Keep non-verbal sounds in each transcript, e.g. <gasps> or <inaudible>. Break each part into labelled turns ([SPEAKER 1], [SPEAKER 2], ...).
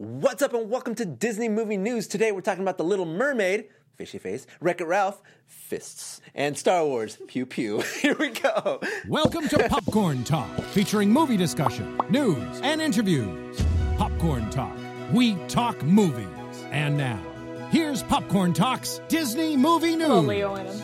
[SPEAKER 1] What's up, and welcome to Disney Movie News. Today we're talking about The Little Mermaid, Fishy Face, Wreck It Ralph, Fists, and Star Wars, Pew Pew. <laughs> Here we go.
[SPEAKER 2] Welcome to Popcorn Talk, featuring movie discussion, news, and interviews. Popcorn Talk, we talk movies. And now, here's Popcorn Talk's Disney Movie News.
[SPEAKER 3] Oh, Leo in him.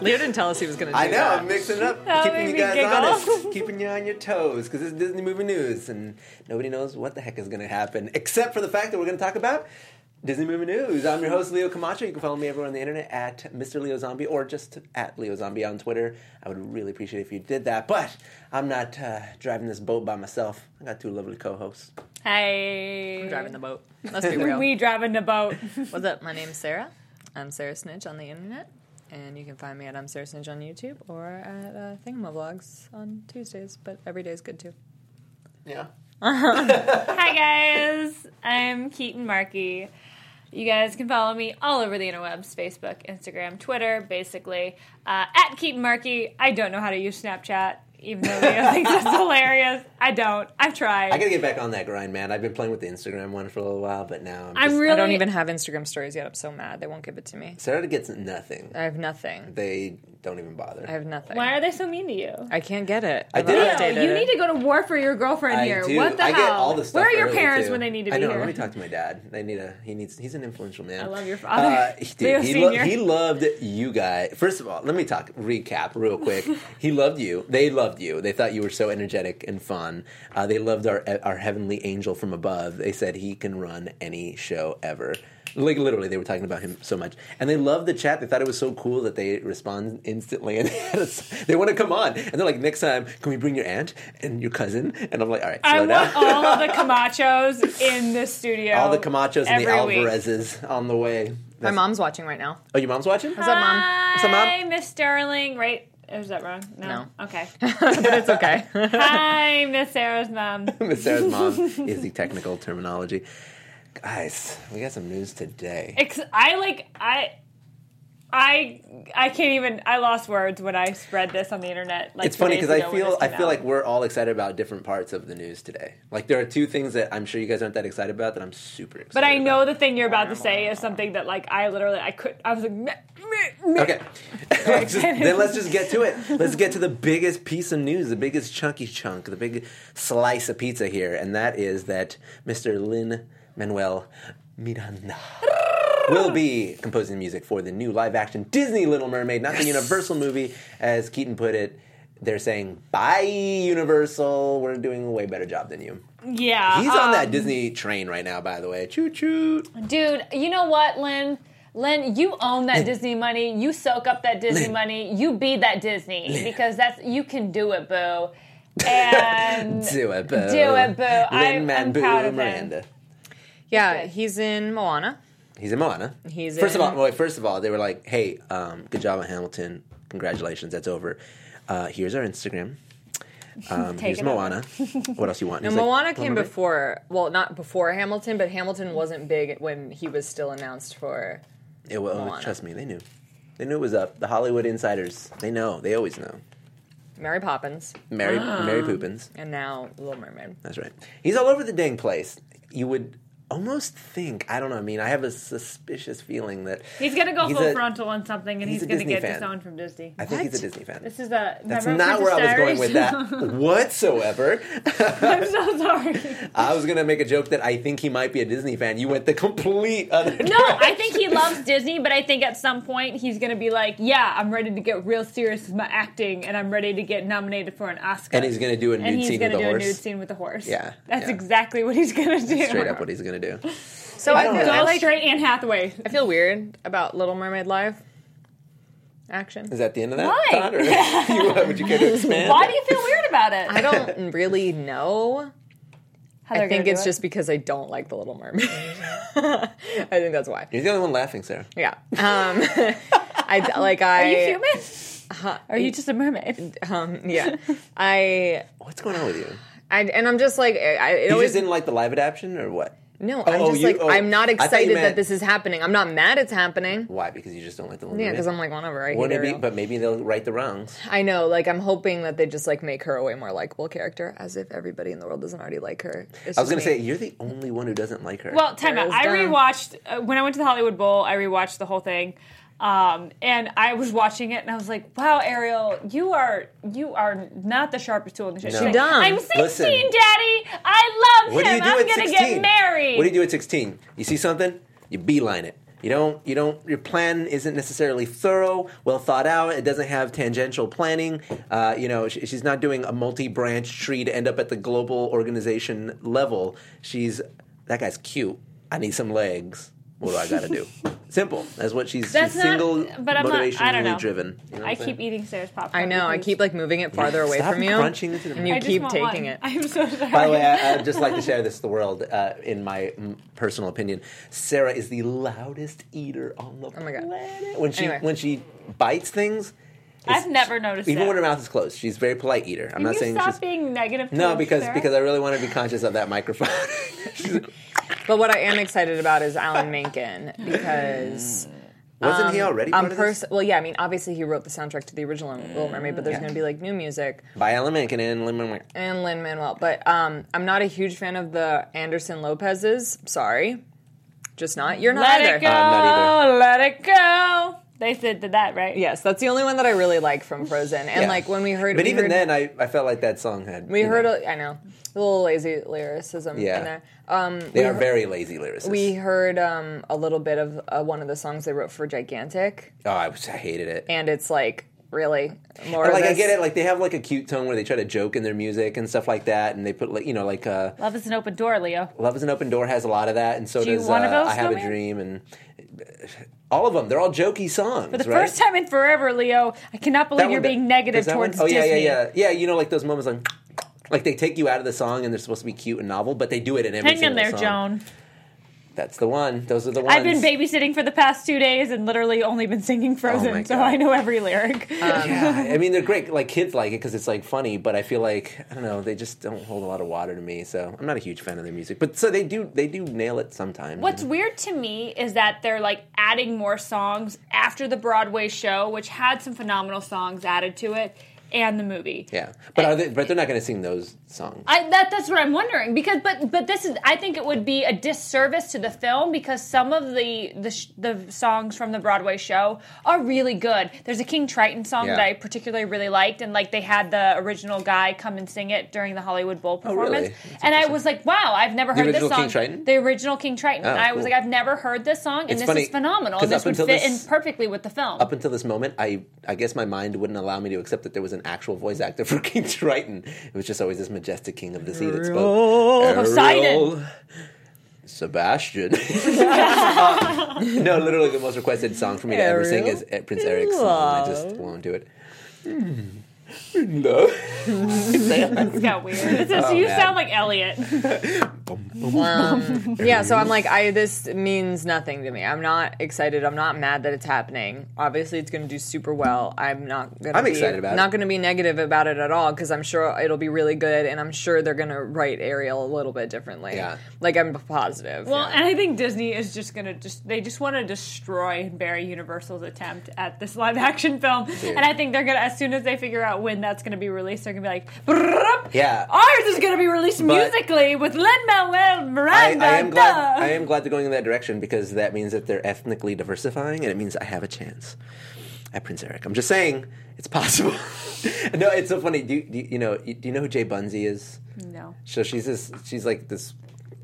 [SPEAKER 4] Leo didn't tell us he was going to do
[SPEAKER 1] I know,
[SPEAKER 4] that.
[SPEAKER 1] I'm mixing it up,
[SPEAKER 3] That
[SPEAKER 1] keeping
[SPEAKER 3] made
[SPEAKER 1] you
[SPEAKER 3] me
[SPEAKER 1] guys
[SPEAKER 3] giggle.
[SPEAKER 1] honest, keeping you on your toes, because it's Disney Movie News, and nobody knows what the heck is going to happen, except for the fact that we're going to talk about. Disney Movie News. I'm your host, Leo Camacho. You can follow me everywhere on the internet at Mr. Leo Zombie or just at Leo Zombie on Twitter. I would really appreciate it if you did that, but I'm not uh, driving this boat by myself. I got two lovely co hosts.
[SPEAKER 3] Hey.
[SPEAKER 4] I'm driving the boat.
[SPEAKER 1] <laughs>
[SPEAKER 4] Let's be real.
[SPEAKER 3] We driving the boat.
[SPEAKER 4] What's up? My name's Sarah. I'm Sarah Snitch on the internet. And you can find me at I'm Sarah Snitch on YouTube or at uh, Thingamavlogs on Tuesdays. But every day's good too.
[SPEAKER 1] Yeah.
[SPEAKER 3] Hi guys. I'm Keaton Markey. You guys can follow me all over the interwebs: Facebook, Instagram, Twitter, basically uh, at Keaton Markey. I don't know how to use Snapchat, even though Leo thinks
[SPEAKER 1] <laughs>
[SPEAKER 3] that's hilarious. I don't. I've tried.
[SPEAKER 1] I gotta get back on that grind, man. I've been playing with the Instagram one for a little while, but now I'm,
[SPEAKER 3] I'm
[SPEAKER 1] just,
[SPEAKER 3] really.
[SPEAKER 4] I don't even have Instagram stories yet. I'm so mad. They won't give it to me.
[SPEAKER 1] Sarah gets nothing.
[SPEAKER 4] I have nothing.
[SPEAKER 1] They don't even
[SPEAKER 4] I
[SPEAKER 1] bother.
[SPEAKER 4] have nothing.
[SPEAKER 3] Why are they so mean to you?
[SPEAKER 4] I can't get it.
[SPEAKER 1] I
[SPEAKER 4] I've
[SPEAKER 1] did it.
[SPEAKER 3] Leo,
[SPEAKER 4] updated
[SPEAKER 3] you
[SPEAKER 4] it.
[SPEAKER 3] need to go to war for your girlfriend
[SPEAKER 1] I
[SPEAKER 3] here.
[SPEAKER 1] do.
[SPEAKER 3] What the
[SPEAKER 1] I
[SPEAKER 3] hell?
[SPEAKER 1] get all the stuff.
[SPEAKER 3] Where are your
[SPEAKER 1] early,
[SPEAKER 3] parents
[SPEAKER 1] too.
[SPEAKER 3] when they need to be
[SPEAKER 1] I know.
[SPEAKER 3] here?
[SPEAKER 1] Let me talk to my dad. They need a. He needs. He's an influential man.
[SPEAKER 3] I love your father. Leo
[SPEAKER 1] dude, he, lo-
[SPEAKER 3] Senior.
[SPEAKER 1] he loved you guys. First of all, let me talk recap real
[SPEAKER 3] <laughs>
[SPEAKER 1] quick. he loved you. They loved you. They thought you were so energetic and fun. Uh, they loved our our heavenly angel from above. They said he can run any show ever. Like literally, they were talking about him so much, and they loved the chat. They thought it was so cool that they respond instantly, <laughs> and they, had us- they want to come on. And they're like, "Next time, can we bring your aunt and your cousin?" And I'm like, "All right, slow
[SPEAKER 3] I
[SPEAKER 1] down."
[SPEAKER 3] want
[SPEAKER 1] <laughs>
[SPEAKER 3] all of the Camachos in the studio.
[SPEAKER 1] all the Camachos and the
[SPEAKER 3] every week.
[SPEAKER 1] Alvarezes on the way.
[SPEAKER 4] My mom's watching right now.
[SPEAKER 1] Oh, your mom's watching?
[SPEAKER 4] What's up, mom?
[SPEAKER 1] What's up, Mom?
[SPEAKER 3] Hi, Miss Sterling. Right? Is that wrong? No. Okay.
[SPEAKER 4] but it's <laughs> okay.
[SPEAKER 3] Hi, Miss Sarah's mom.
[SPEAKER 1] <laughs> Miss Sarah's mom
[SPEAKER 3] <laughs>
[SPEAKER 1] is the technical terminology. Guys, we got some news today.
[SPEAKER 3] Ex- I like I. I I can't even. I lost words when I spread this on the internet. Like
[SPEAKER 1] It's funny because
[SPEAKER 3] because
[SPEAKER 1] I feel I feel like we're all excited about different parts of the news today. Like there are two things that I'm sure you guys aren't that excited about that I'm super excited.
[SPEAKER 3] But I
[SPEAKER 1] about.
[SPEAKER 3] know the thing you're about to say is something that like I literally I could. I was like, meh, meh, meh.
[SPEAKER 1] Okay, Let's <laughs> just- then let's just get to it. Let's get to the biggest piece of news, the biggest chunky chunk, the big slice of pizza here, and that is that Mr. Lin Manuel Miranda will be composing music for the new live-action Disney Little Mermaid, not the Universal movie, as Keaton put it. They're saying, "Bye, Universal. We're doing a way better job than you."
[SPEAKER 3] yeah.
[SPEAKER 1] He's on
[SPEAKER 3] um,
[SPEAKER 1] that Disney train right now, by the way. Choo choo.
[SPEAKER 3] Dude, you know what, Lynn? Lynn, you own that Disney money. You soak up that Disney
[SPEAKER 1] Lynn.
[SPEAKER 3] money. You be that Disney because that's you can do
[SPEAKER 1] <laughs>
[SPEAKER 3] it, boo. And
[SPEAKER 1] Do it, boo.
[SPEAKER 3] Do it, boo. I- I'm
[SPEAKER 1] Lin-Manuel
[SPEAKER 3] proud of him.
[SPEAKER 1] Miranda.
[SPEAKER 4] yeah, he's in Moana.
[SPEAKER 1] He's in Moana.
[SPEAKER 4] He's
[SPEAKER 1] first of
[SPEAKER 4] in-
[SPEAKER 1] all. Wait, first of all, they were like, "Hey, um, good job on Hamilton. Congratulations, that's over. Uh, here's our
[SPEAKER 3] <laughs>
[SPEAKER 1] Instagram. Um,
[SPEAKER 3] Take
[SPEAKER 1] here's
[SPEAKER 3] it over. <laughs>
[SPEAKER 1] Moana. what else you want?"
[SPEAKER 4] No,
[SPEAKER 1] He's like,
[SPEAKER 4] Moana came
[SPEAKER 1] "Moana."
[SPEAKER 4] before. Well, not before Hamilton, but Hamilton wasn't big when he was still announced for.
[SPEAKER 1] It, well,
[SPEAKER 4] Moana.
[SPEAKER 1] Trust me, they knew. They knew it was up. The Hollywood insiders. They know. They always know.
[SPEAKER 4] Mary Poppins,
[SPEAKER 3] <gasps>
[SPEAKER 1] Mary, Mary Poopins.
[SPEAKER 4] and now Little Mermaid.
[SPEAKER 1] That's right. He's all over the dang place. You would almost think. I don't know. I mean, I have a suspicious feeling that
[SPEAKER 3] he's gonna go
[SPEAKER 1] He's
[SPEAKER 3] full
[SPEAKER 1] a-
[SPEAKER 3] frontal on something, and
[SPEAKER 1] he's
[SPEAKER 3] he's,
[SPEAKER 1] a
[SPEAKER 3] gonna
[SPEAKER 1] Disney
[SPEAKER 3] get
[SPEAKER 1] fan.
[SPEAKER 3] disowned from Disney.
[SPEAKER 1] I think he's a
[SPEAKER 4] What?
[SPEAKER 1] Disney fan.
[SPEAKER 3] this is a
[SPEAKER 1] That's
[SPEAKER 3] remember
[SPEAKER 1] not where I was going
[SPEAKER 3] Princess
[SPEAKER 1] with
[SPEAKER 3] Diaries?
[SPEAKER 1] that
[SPEAKER 3] <laughs>
[SPEAKER 1] whatsoever.
[SPEAKER 3] I'm so sorry.
[SPEAKER 1] <laughs> I was gonna make a joke that I think he might be a Disney fan. You went the complete other.
[SPEAKER 3] No, I think he loves Disney, but I think at some point he's gonna be like, "Yeah, I'm ready to get real serious with my acting, and I'm ready to get nominated for an Oscar."
[SPEAKER 1] And he's gonna do a
[SPEAKER 3] and
[SPEAKER 1] nude
[SPEAKER 3] he's
[SPEAKER 1] scene with
[SPEAKER 3] gonna
[SPEAKER 1] a
[SPEAKER 3] do
[SPEAKER 1] horse.
[SPEAKER 3] a nude scene with a horse.
[SPEAKER 1] Yeah,
[SPEAKER 3] that's
[SPEAKER 1] yeah.
[SPEAKER 3] exactly what he's gonna do.
[SPEAKER 1] Straight up, what he's gonna do.
[SPEAKER 4] So I,
[SPEAKER 1] don't
[SPEAKER 4] feel-
[SPEAKER 1] know.
[SPEAKER 4] I
[SPEAKER 3] Go
[SPEAKER 4] like.
[SPEAKER 3] straight Anne Hathaway.
[SPEAKER 4] I feel weird about Little Mermaid live action.
[SPEAKER 1] Is that the end of that?
[SPEAKER 3] Why?
[SPEAKER 1] thought, or <laughs> you, uh, would you care to expand?
[SPEAKER 3] Why do you feel weird about it?
[SPEAKER 4] I don't <laughs> really know.
[SPEAKER 3] How
[SPEAKER 4] I
[SPEAKER 3] they're
[SPEAKER 4] think
[SPEAKER 3] gonna
[SPEAKER 4] it's
[SPEAKER 3] do it.
[SPEAKER 4] just because I don't like the Little Mermaid. <laughs> I think that's why.
[SPEAKER 1] You're the only one laughing, Sarah.
[SPEAKER 4] Yeah. Um, <laughs> I like. I
[SPEAKER 3] Are you human?
[SPEAKER 4] Uh-huh.
[SPEAKER 3] Are you just a mermaid?
[SPEAKER 4] Um, yeah. I.
[SPEAKER 1] What's going on with you?
[SPEAKER 4] I and I'm just like. I, I it
[SPEAKER 1] You
[SPEAKER 4] always
[SPEAKER 1] just didn't like the live adaptation, or what?
[SPEAKER 4] No,
[SPEAKER 1] oh,
[SPEAKER 4] I'm just
[SPEAKER 1] you-
[SPEAKER 4] like
[SPEAKER 1] oh,
[SPEAKER 4] I'm not
[SPEAKER 1] I thought you
[SPEAKER 4] excited
[SPEAKER 1] meant-
[SPEAKER 4] that this is happening. I'm not mad it's happening.
[SPEAKER 1] Why? Because you just don't like the woman.
[SPEAKER 4] Yeah, because I'm like whatever. I hate
[SPEAKER 1] Wouldn't it be,
[SPEAKER 4] Ariel.
[SPEAKER 1] but maybe they'll right the wrongs.
[SPEAKER 4] I know. Like I'm hoping that they just like make her a way more likable character, as if everybody in the world doesn't already like her. It's
[SPEAKER 1] I was
[SPEAKER 4] just
[SPEAKER 1] gonna
[SPEAKER 4] me.
[SPEAKER 1] say you're the only one who doesn't like her.
[SPEAKER 3] Well, time out.
[SPEAKER 4] is
[SPEAKER 3] I
[SPEAKER 4] done.
[SPEAKER 3] rewatched uh, when I went to the Hollywood Bowl. I rewatched the whole thing, um, and I was watching it, and I was like, "Wow, Ariel, you are you are not the sharpest tool in the shed."
[SPEAKER 1] No.
[SPEAKER 3] She's like,
[SPEAKER 4] dumb.
[SPEAKER 3] I'm 16,
[SPEAKER 1] Listen.
[SPEAKER 3] Daddy. I love
[SPEAKER 1] what do
[SPEAKER 3] him.
[SPEAKER 1] you do
[SPEAKER 3] I'm
[SPEAKER 1] at
[SPEAKER 3] gonna
[SPEAKER 1] 16?
[SPEAKER 3] get married.
[SPEAKER 1] What do you do at 16? You see something, you beeline it. You don't. You don't. Your plan isn't necessarily thorough, well thought out. It doesn't have tangential planning. Uh, you know, she, she's not doing a multi-branch tree to end up at the global organization level. She's that guy's cute. I need some legs. What do I got to
[SPEAKER 3] <laughs>
[SPEAKER 1] do? Simple. That's what she's,
[SPEAKER 3] That's
[SPEAKER 1] she's
[SPEAKER 3] not-
[SPEAKER 1] single,
[SPEAKER 3] but I'm not-
[SPEAKER 1] motivationally
[SPEAKER 3] I don't know.
[SPEAKER 1] driven. You know what
[SPEAKER 3] I
[SPEAKER 1] I'm saying?
[SPEAKER 3] keep eating Sarah's popcorn.
[SPEAKER 4] I know. I
[SPEAKER 3] because
[SPEAKER 4] keep like moving it farther away
[SPEAKER 1] Stop
[SPEAKER 4] from you,
[SPEAKER 1] crunching into the
[SPEAKER 4] and you
[SPEAKER 3] I just
[SPEAKER 4] keep
[SPEAKER 3] want
[SPEAKER 4] taking
[SPEAKER 3] one.
[SPEAKER 4] it.
[SPEAKER 3] I'm so sorry.
[SPEAKER 1] By the way, I, I'd just like to share this to the world. Uh, in my mm, personal opinion, Sarah is the loudest eater on the
[SPEAKER 4] Oh my God.
[SPEAKER 1] planet. When she
[SPEAKER 4] Anyway.
[SPEAKER 1] when she bites things,
[SPEAKER 3] I've never noticed
[SPEAKER 1] even
[SPEAKER 3] that.
[SPEAKER 1] when her mouth is closed, she's a very polite eater. I'm
[SPEAKER 3] Can
[SPEAKER 1] not
[SPEAKER 3] you
[SPEAKER 1] saying
[SPEAKER 3] stop
[SPEAKER 1] she's
[SPEAKER 3] being negative?
[SPEAKER 1] no
[SPEAKER 3] towards
[SPEAKER 1] because
[SPEAKER 3] Sarah?
[SPEAKER 1] because I really want to be conscious of that microphone. <laughs> She's-
[SPEAKER 4] But what I am excited about is
[SPEAKER 3] <laughs>
[SPEAKER 4] Alan Menken because
[SPEAKER 1] Wasn't he already part
[SPEAKER 4] Um, I'm
[SPEAKER 1] of this?
[SPEAKER 4] pers- well, yeah. I mean, obviously he wrote the soundtrack to the original
[SPEAKER 3] Mm,
[SPEAKER 4] Little Mermaid, but there's going to be like new music
[SPEAKER 1] By Alan Menken and Lin Manuel.
[SPEAKER 4] and Lin Manuel. But um, I'm not a huge fan of the Anderson Lopez's. Sorry, just not. You're not
[SPEAKER 3] let
[SPEAKER 4] either.
[SPEAKER 3] it go,
[SPEAKER 1] I'm not
[SPEAKER 3] let it go. They said to that, right?
[SPEAKER 4] Yes, that's the only one that I really like from Frozen. And
[SPEAKER 1] Yeah.
[SPEAKER 4] like when we heard,
[SPEAKER 1] But
[SPEAKER 4] we
[SPEAKER 1] even
[SPEAKER 4] heard,
[SPEAKER 1] then, I, I felt like that song had
[SPEAKER 4] we
[SPEAKER 1] you
[SPEAKER 4] heard.
[SPEAKER 1] know,
[SPEAKER 4] A, I know a little lazy lyricism
[SPEAKER 1] Yeah.
[SPEAKER 4] in there. Um,
[SPEAKER 1] they
[SPEAKER 4] we
[SPEAKER 1] are
[SPEAKER 4] heard-
[SPEAKER 1] very lazy lyricists.
[SPEAKER 4] We heard um, a little bit of uh, one of the songs they wrote for Gigantic.
[SPEAKER 1] oh, I, was- I hated it.
[SPEAKER 4] and it's like really more.
[SPEAKER 1] like
[SPEAKER 4] of
[SPEAKER 1] I
[SPEAKER 4] this-
[SPEAKER 1] get it, like they have like a cute tone where they try to joke in their music and stuff like that, and they put like you know like uh,
[SPEAKER 3] Love is an open door, Leo.
[SPEAKER 1] Love is an Open Door has a lot of that, and so
[SPEAKER 3] Do you
[SPEAKER 1] does uh,
[SPEAKER 3] want to go,
[SPEAKER 1] I Have a
[SPEAKER 3] Snowman?
[SPEAKER 1] Dream, and all of them. They're all jokey songs.
[SPEAKER 3] For the
[SPEAKER 1] right?
[SPEAKER 3] first time in forever, Leo, I cannot believe
[SPEAKER 1] That
[SPEAKER 3] you're
[SPEAKER 1] one-
[SPEAKER 3] being
[SPEAKER 1] is
[SPEAKER 3] negative
[SPEAKER 1] that one?
[SPEAKER 3] towards
[SPEAKER 1] Oh yeah,
[SPEAKER 3] Disney.
[SPEAKER 1] yeah, yeah, yeah. You know, like those moments like. Like they take you out of the song and they're supposed to be cute and novel, but they do it in every
[SPEAKER 3] Hang in
[SPEAKER 1] single
[SPEAKER 3] there,
[SPEAKER 1] song.
[SPEAKER 3] Joan.
[SPEAKER 1] That's the one. Those are the ones.
[SPEAKER 3] I've been babysitting for the past two days and literally only been singing Frozen,
[SPEAKER 1] Oh my
[SPEAKER 3] so
[SPEAKER 1] God. Um,
[SPEAKER 3] I know
[SPEAKER 1] <laughs>
[SPEAKER 3] every lyric.
[SPEAKER 1] Yeah, I mean they're great. Like kids like it because it's like funny, but I feel like I don't know. They just don't hold a lot of water to me, so I'm not a huge fan of their music. But so they do. They do nail it sometimes.
[SPEAKER 3] <laughs> What's weird to me is that they're like adding more songs after the Broadway show, which had some phenomenal songs added to it, and the movie.
[SPEAKER 1] Yeah, but are they, but they're not going to sing those songs.
[SPEAKER 3] I, that that's what I'm wondering because but but this is I think it would be a disservice to the film because some of the the, sh- the songs from the Broadway show are really good. There's a King Triton song
[SPEAKER 1] Yeah.
[SPEAKER 3] that I particularly really liked and like they had the original guy come and sing it during the Hollywood Bowl
[SPEAKER 1] Oh, really?
[SPEAKER 3] performance.
[SPEAKER 1] That's
[SPEAKER 3] And I was like, wow, I've never heard this
[SPEAKER 1] original
[SPEAKER 3] song.
[SPEAKER 1] King Triton?
[SPEAKER 3] The original King Triton.
[SPEAKER 1] Oh,
[SPEAKER 3] and I was
[SPEAKER 1] cool.
[SPEAKER 3] like, I've never heard this song and
[SPEAKER 1] It's
[SPEAKER 3] this
[SPEAKER 1] funny,
[SPEAKER 3] is phenomenal.
[SPEAKER 1] 'cause
[SPEAKER 3] And this
[SPEAKER 1] up
[SPEAKER 3] would
[SPEAKER 1] until
[SPEAKER 3] fit
[SPEAKER 1] this-
[SPEAKER 3] in perfectly with the film.
[SPEAKER 1] Up until this moment, I I guess my mind wouldn't allow me to accept that there was an actual voice actor <laughs> for King Triton. It was just always this majestic king of the sea that spoke.
[SPEAKER 3] Poseidon.
[SPEAKER 1] Sebastian. <laughs> Uh, no, literally the most requested song for me to ever sing
[SPEAKER 4] Ariel,
[SPEAKER 1] is eh, Prince Eric's song. and I just won't do it. Hmm. No.
[SPEAKER 3] It's got <laughs> weird. It's just- you
[SPEAKER 1] Oh, man.
[SPEAKER 3] sound like Elliot.
[SPEAKER 4] yeah, so I'm like, I this means nothing to me. I'm not excited. I'm not mad that it's happening. Obviously, it's going to do super well. I'm not going. to
[SPEAKER 1] I'm
[SPEAKER 4] be,
[SPEAKER 1] excited about it.
[SPEAKER 4] Not going to be negative about it at all because I'm sure it'll be really good, and I'm sure they're going to write Ariel a little bit differently.
[SPEAKER 1] Yeah.
[SPEAKER 4] like I'm positive.
[SPEAKER 3] Well, and I think Disney is just gonna just they just want to destroy and bury Universal's attempt at this live action film, and I think they're gonna as soon as they figure out when that's gonna be released, they're gonna be like, "Brrrrup,
[SPEAKER 1] Yeah.
[SPEAKER 3] ours is gonna be released
[SPEAKER 1] But-
[SPEAKER 3] musically with Lin Manuel
[SPEAKER 1] I,
[SPEAKER 3] Miranda."
[SPEAKER 1] I am glad.
[SPEAKER 3] duh."
[SPEAKER 1] I am glad they're going in that direction because that means that they're ethnically diversifying, and it means I have a chance at Prince Eric. I'm just saying it's possible. <laughs> no, it's so funny. Do, you- do you- you know? Do you know who Jay Bunzi is?
[SPEAKER 4] Mm.
[SPEAKER 3] no,
[SPEAKER 1] So she's this. She's like this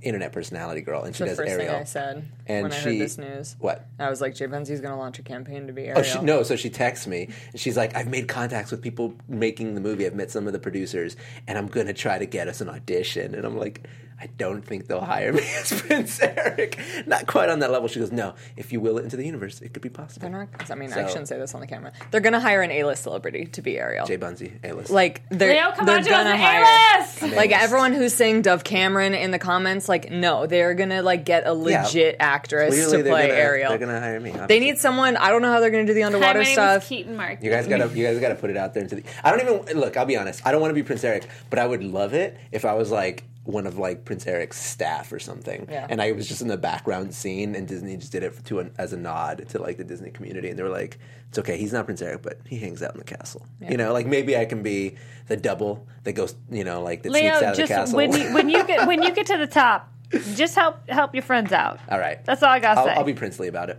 [SPEAKER 1] internet personality girl, and she
[SPEAKER 4] the
[SPEAKER 1] does
[SPEAKER 4] first
[SPEAKER 1] Ariel.
[SPEAKER 4] thing I said
[SPEAKER 1] and
[SPEAKER 4] when I
[SPEAKER 1] she-
[SPEAKER 4] heard this news.
[SPEAKER 1] What?
[SPEAKER 4] I was like, Jay Benzi's going to launch a campaign to be Ariel.
[SPEAKER 1] Oh, she, no, so she texts me. and She's like, I've made contacts with people making the movie. I've met some of the producers, and I'm going to try to get us an audition. And I'm like, I don't think they'll hire me as <laughs> Prince Eric. Not quite on that level. She goes, No, if you will it into the universe, it could be possible.
[SPEAKER 4] They're not. I mean,
[SPEAKER 1] So-
[SPEAKER 4] I shouldn't say this on the camera. They're gonna hire an A-list celebrity to be Ariel.
[SPEAKER 1] Jay Bunzi, A-list.
[SPEAKER 4] like they're,
[SPEAKER 3] Leo, come
[SPEAKER 4] they're
[SPEAKER 3] on to us
[SPEAKER 4] gonna
[SPEAKER 3] an
[SPEAKER 4] hire.
[SPEAKER 3] A-list!
[SPEAKER 4] Like
[SPEAKER 1] A-list.
[SPEAKER 4] everyone who's saying Dove Cameron in the comments, like no, they're gonna like get a
[SPEAKER 1] Yeah.
[SPEAKER 4] legit actress
[SPEAKER 1] Clearly
[SPEAKER 4] to
[SPEAKER 1] they're
[SPEAKER 4] play
[SPEAKER 1] gonna,
[SPEAKER 4] Ariel.
[SPEAKER 1] They're going to hire me.
[SPEAKER 4] they
[SPEAKER 1] obviously.
[SPEAKER 4] need someone. I don't know how they're gonna do the
[SPEAKER 3] Hi, my
[SPEAKER 4] underwater
[SPEAKER 3] name
[SPEAKER 4] stuff.
[SPEAKER 3] is Keaton Mark.
[SPEAKER 1] You guys gotta, you guys gotta put it out there into the. I don't even look. I'll be honest. I don't want to be Prince Eric, but I would love it if I was like one of like Prince Eric's staff or something.
[SPEAKER 4] Yeah.
[SPEAKER 1] And I was just in the background scene, and Disney just did it to an, as a nod to like the Disney community, and they were like, "It's okay, he's not Prince Eric, but he hangs out in the castle." You know, like maybe I can be the double that goes, you know, like that sneaks
[SPEAKER 3] Leo,
[SPEAKER 1] out of the
[SPEAKER 3] just
[SPEAKER 1] castle.
[SPEAKER 3] when you, when you get when you get to the top, just help help your friends out.
[SPEAKER 1] all right,
[SPEAKER 3] That's all I gotta
[SPEAKER 1] I'll,
[SPEAKER 3] say.
[SPEAKER 1] I'll be princely about it.